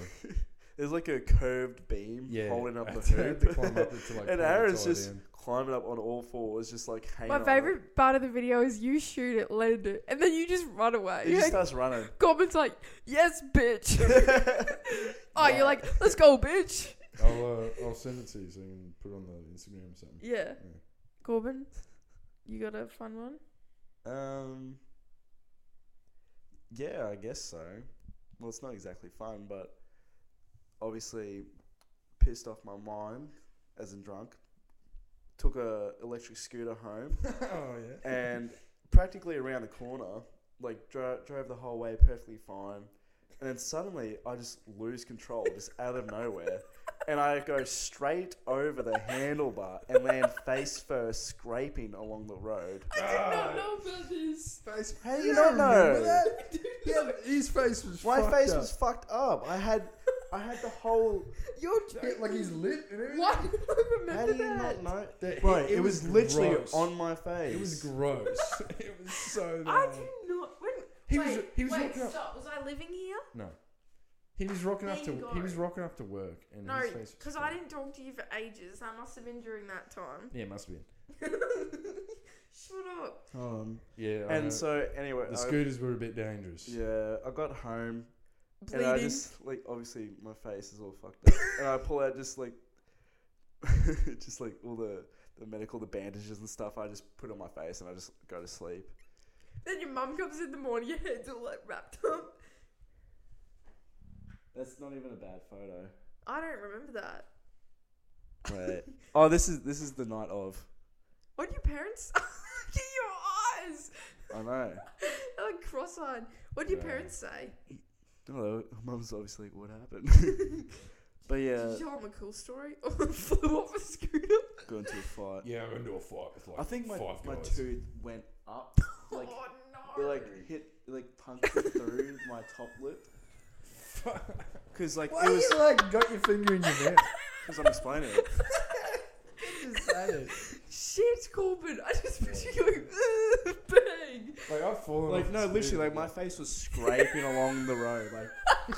Speaker 2: There's like a curved beam
Speaker 4: yeah
Speaker 2: holding up
Speaker 4: I
Speaker 2: the
Speaker 4: had to
Speaker 2: hoop.
Speaker 4: climb up it to like
Speaker 2: and
Speaker 4: pull the
Speaker 2: Aaron's
Speaker 4: tire
Speaker 2: just
Speaker 4: down.
Speaker 2: climbing up on all fours, just like hanging
Speaker 3: My
Speaker 2: on.
Speaker 3: favorite part of the video is you shoot it, land it, and then you just run away.
Speaker 2: He
Speaker 3: You
Speaker 2: just
Speaker 3: like,
Speaker 2: starts running.
Speaker 3: Goblin's like, yes, bitch. oh,
Speaker 2: Yeah.
Speaker 3: you're like, let's go, bitch.
Speaker 4: I'll, uh, I'll send it to you so you can put it on the Instagram or something.
Speaker 3: Yeah.
Speaker 4: Yeah.
Speaker 2: Mm.
Speaker 3: Corbin, you got a fun one?
Speaker 2: Um. Yeah, I guess so. Well, it's not exactly fun, but obviously pissed off my mind as in drunk. Took a electric scooter home
Speaker 4: oh yeah.
Speaker 2: and practically around the corner, like dro- drove the whole way perfectly fine, and then suddenly I just lose control, just out of nowhere, and I go straight over the handlebar and land face first, scraping along the road.
Speaker 3: I did
Speaker 2: Ah.
Speaker 3: not know about this.
Speaker 4: Face.
Speaker 2: How do you not know?
Speaker 4: Yeah, his face was.
Speaker 2: My
Speaker 4: fucked
Speaker 2: face
Speaker 4: up.
Speaker 2: was fucked up. I had, I had the whole.
Speaker 3: You're
Speaker 4: Yeah,
Speaker 3: joking.
Speaker 4: like his lip and everything.
Speaker 3: Why did I
Speaker 2: How
Speaker 3: remember
Speaker 2: do you not
Speaker 3: that?
Speaker 2: know?
Speaker 4: That-
Speaker 2: Bro,
Speaker 4: it-
Speaker 2: it,
Speaker 4: it
Speaker 2: was,
Speaker 4: was
Speaker 2: literally
Speaker 4: gross.
Speaker 2: on my face.
Speaker 4: It was gross. it was so
Speaker 3: I
Speaker 4: bad.
Speaker 3: do not. When,
Speaker 4: He
Speaker 3: wait,
Speaker 4: was. He was
Speaker 3: wait,
Speaker 4: rocking up.
Speaker 3: stop. Was I living here?
Speaker 4: No. He was rocking up
Speaker 3: There
Speaker 4: to.
Speaker 3: you
Speaker 4: He
Speaker 3: go.
Speaker 4: was rocking up to work, and
Speaker 3: No,
Speaker 4: his face was.
Speaker 3: because I
Speaker 4: fucked.
Speaker 3: didn't talk to you for ages. That must have been during that time.
Speaker 4: Yeah, must have been.
Speaker 3: Shut up.
Speaker 2: Um,
Speaker 4: Yeah. I know.
Speaker 2: and so anyway,
Speaker 4: uh, the
Speaker 2: I-
Speaker 4: scooters were a bit dangerous.
Speaker 2: yeah, I got home
Speaker 3: Bleeding.
Speaker 2: and I just like obviously my face is all fucked up, and I pull out just like, just like all the the medical, the bandages and stuff. I just put on my face and I just go to sleep.
Speaker 3: Then your mum comes in the morning. Your head's all like wrapped up.
Speaker 2: That's not even a bad photo.
Speaker 3: I don't remember that.
Speaker 2: Wait. oh, this is this is the night of.
Speaker 3: What do your parents? Look at your eyes.
Speaker 2: I know.
Speaker 3: They're like cross-eyed. What do your
Speaker 4: Yeah.
Speaker 3: parents say?
Speaker 2: Hello, mum's obviously like, what happened. but
Speaker 3: Did
Speaker 2: yeah,
Speaker 3: you tell them a cool story? Flew off a scooter.
Speaker 2: got into a fight.
Speaker 4: Yeah, I'm gonna do a fight with like
Speaker 2: I think my,
Speaker 4: five
Speaker 2: my
Speaker 4: guys.
Speaker 2: tooth went up. Like,
Speaker 3: oh
Speaker 2: it
Speaker 3: no!
Speaker 2: like hit, it like punctured through my top lip. Because, like,
Speaker 4: Why
Speaker 2: it
Speaker 4: you
Speaker 2: was.
Speaker 4: like got your finger in your mouth?
Speaker 2: Because I'm explaining it.
Speaker 4: Just say it.
Speaker 3: Shit, Corbin! I just picture you going "Ugh, bang.
Speaker 4: Like I've fallen.
Speaker 2: Like,
Speaker 4: off
Speaker 2: no,
Speaker 4: the
Speaker 2: literally,
Speaker 4: scooter.
Speaker 2: like, my face was scraping along the road. Like,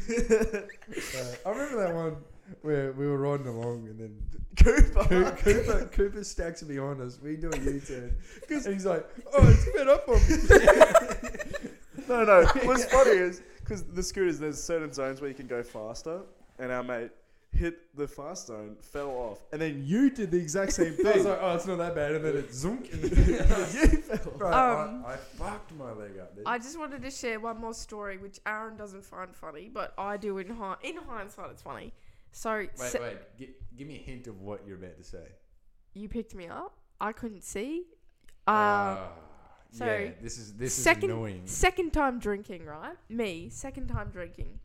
Speaker 4: Uh, I remember that one where we were riding along and then Coo-
Speaker 2: Cooper!
Speaker 4: Cooper Cooper stacks behind us. We do a U turn because he's like, "Oh, it's fed up on me."
Speaker 2: no, no. What's funny is, because the scooters, there's certain zones where you can go faster, and our mate hit the fast zone, fell off, and then you did the exact same
Speaker 4: I was
Speaker 2: thing.
Speaker 4: like, "Oh, it's not that bad," and then it zoink. And
Speaker 2: you fell off.
Speaker 4: Bro,
Speaker 3: Um,
Speaker 4: I, I fucked my leg up. Dude.
Speaker 3: I just wanted to share one more story, which Aaron doesn't find funny, but I do in hi- in hindsight. It's funny. So, se-
Speaker 4: wait. G- give me a hint of what you're about to say.
Speaker 3: you picked me up. I couldn't see.
Speaker 4: Ah.
Speaker 3: Uh, so, yeah,
Speaker 4: this is
Speaker 3: second second time drinking, right? Me, second time drinking.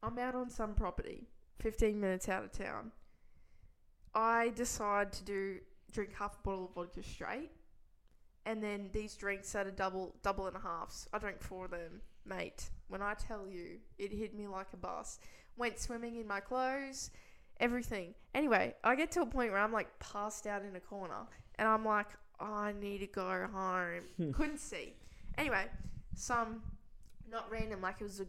Speaker 3: I'm out on some property, 15 minutes out of town. I decide to do drink half a bottle of vodka straight, and then these drinks that are double double and a halves. I drank four of them, mate. When I tell you, it hit me like a bus. Went swimming in my clothes, everything. Anyway, I get to a point where I'm like passed out in a corner, and I'm like, I need to go home. Couldn't see. Anyway, some not random, like it was a,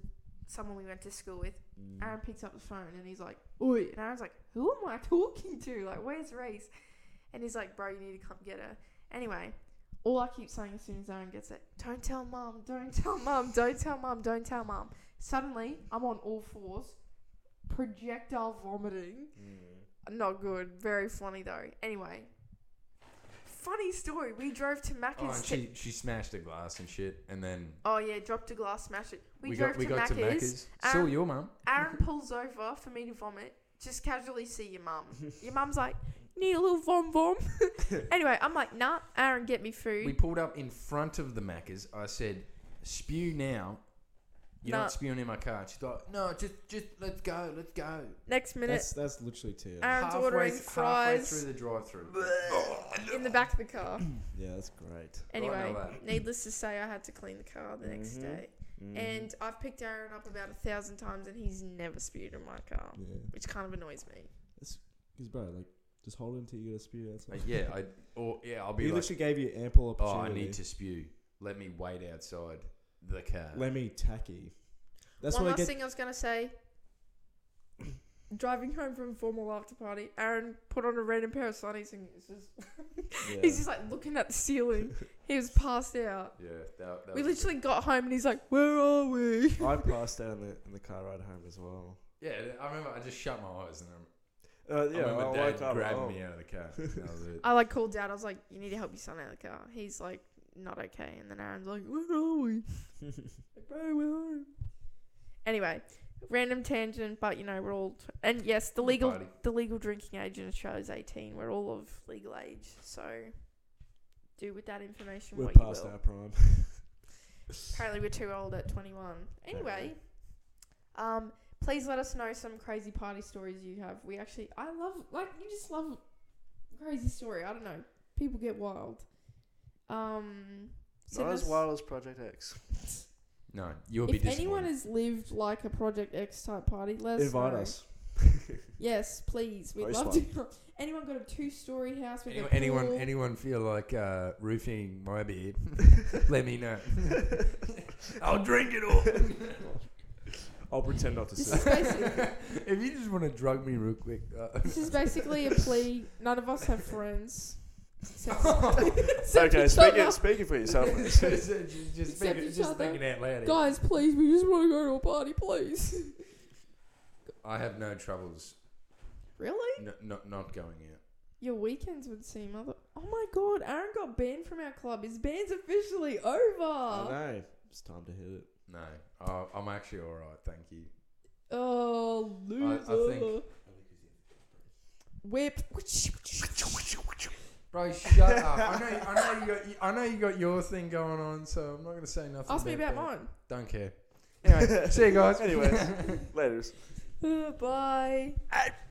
Speaker 3: someone we went to school with.
Speaker 4: Mm.
Speaker 3: Aaron picks up the phone and he's like, Oi. And Aaron's like, Who am I talking to? Like, where's Reese? And he's like, Bro, you need to come get her. Anyway, all I keep saying as soon as Aaron gets it, Don't tell mum, don't tell mum, don't tell mum, don't tell mum. Suddenly, I'm on all fours, projectile vomiting. Not good. Very funny, though. Anyway, funny story. We drove to
Speaker 4: Oh,
Speaker 3: Macca's.
Speaker 4: and she,
Speaker 3: to-
Speaker 4: she smashed a glass and shit, and then
Speaker 3: oh, yeah, dropped a glass, smashed it. We,
Speaker 4: we,
Speaker 3: drove
Speaker 4: got we
Speaker 3: to
Speaker 4: got to
Speaker 3: Macca's.
Speaker 4: Macca's. Saw
Speaker 3: Um,
Speaker 4: your mum.
Speaker 3: Aaron pulls over for me to vomit. Just casually see your mum. Your mum's like, need a little vom vom. anyway, I'm like, nah, Aaron, get me
Speaker 4: We
Speaker 3: food.
Speaker 4: pulled up in front of the Macca's. I said, "Spew now." You're
Speaker 3: Nah.
Speaker 4: not spewing in my car. She's like, "No, just just let's go, let's go."
Speaker 3: Next minute,
Speaker 6: That's that's literally tears.
Speaker 3: Aaron's
Speaker 4: halfway,
Speaker 3: ordering
Speaker 4: halfway
Speaker 3: fries
Speaker 4: through the drive-through.
Speaker 3: in the back of the car.
Speaker 6: yeah, that's great.
Speaker 3: Anyway,
Speaker 4: that.
Speaker 3: needless to say, I had to clean the car the next
Speaker 4: Mm-hmm.
Speaker 2: Mhm.
Speaker 3: day.
Speaker 6: Mm-hmm.
Speaker 3: And I've picked Aaron up about a thousand times, and he's never spewed in my car,
Speaker 6: yeah,
Speaker 3: which kind of annoys me.
Speaker 6: because bro, like, just hold until you get a spew outside.
Speaker 4: Like, yeah, I or yeah, I'll be
Speaker 6: he
Speaker 4: like,
Speaker 6: literally gave you ample
Speaker 4: "Oh,
Speaker 6: opportunity.
Speaker 4: I need to spew. Let me wait outside the car."
Speaker 6: Let me tacky. That's
Speaker 3: One
Speaker 6: why I
Speaker 3: last
Speaker 6: get.
Speaker 3: thing I was gonna say. Driving home from a formal after party, Aaron put on a random pair of sunnies and was just
Speaker 6: Yeah.
Speaker 3: he's just like looking at the ceiling. He was passed out.
Speaker 4: yeah, that, that
Speaker 3: We
Speaker 4: was-
Speaker 3: literally got home and he's like, "Where are we?"
Speaker 2: I passed out in the, in the car ride home as well.
Speaker 4: Yeah, I remember. I just shut my eyes and I'm,
Speaker 2: Uh, yeah,
Speaker 4: I
Speaker 2: I,
Speaker 4: remember
Speaker 2: woke
Speaker 4: Dad
Speaker 2: up.
Speaker 4: grabbed
Speaker 2: oh.
Speaker 4: me out of the car. That was it.
Speaker 3: I like called Dad. I was like, "You need to help your son out of the car." He's like, "Not okay." And then Aaron's like, "Where are we?" like, Bro, we're home. Anyway, random tangent, but you know we're all t- and yes, the
Speaker 4: Good
Speaker 3: legal
Speaker 4: party.
Speaker 3: the legal drinking age in Australia is eighteen. We're all of legal age, so do with that information
Speaker 6: We're
Speaker 3: what you
Speaker 6: past
Speaker 3: will.
Speaker 6: our prime.
Speaker 3: Apparently, we're too old at 21. Anyway, um, please let us know some crazy party stories you have. We actually, I love, like, you just love crazy story. I don't know. People get wild. Um, send
Speaker 2: Not as
Speaker 3: us-
Speaker 2: wild as Project X.
Speaker 4: No, you'll be
Speaker 3: If
Speaker 4: disappointed.
Speaker 3: anyone has lived like a Project X type party, let us
Speaker 6: Invite
Speaker 3: know.
Speaker 6: us.
Speaker 3: Yes, please. We'd
Speaker 2: Host
Speaker 3: love to. Anyone got a two story house with
Speaker 4: Anyone,
Speaker 3: a pool?
Speaker 4: anyone, anyone feel like uh, roofing my beard? Let me know. I'll drink it all.
Speaker 6: I'll pretend not to
Speaker 3: This
Speaker 6: see.
Speaker 3: is basically.
Speaker 4: if you just want to drug me real quick, uh,
Speaker 3: This is basically a plea. None of us have friends. Except- except
Speaker 2: okay,
Speaker 3: each
Speaker 2: speaking,
Speaker 3: other.
Speaker 2: speaking for yourself.
Speaker 4: just, just, just,
Speaker 3: Except
Speaker 4: thinking,
Speaker 3: each
Speaker 4: just
Speaker 3: other.
Speaker 4: thinking out loud. here.
Speaker 3: Guys, please, we just want to go to a party, please.
Speaker 4: I have no troubles
Speaker 3: Really?
Speaker 4: n- not not going out.
Speaker 3: Your weekends would seem other. Oh my god, Aaron got banned from our club. His ban's officially over.
Speaker 6: I know. It's time to hit it.
Speaker 4: No, I- I'm actually all right. Thank you.
Speaker 3: Oh, loser.
Speaker 4: think-
Speaker 3: Whip.
Speaker 4: Bro, shut up. I know, I know, you got, I know you got your thing going on, so I'm not going to say nothing.
Speaker 3: Ask me about
Speaker 4: that.
Speaker 3: mine.
Speaker 4: Don't care. Anyway, see you guys.
Speaker 2: Anyways, later.
Speaker 3: Uh, bye.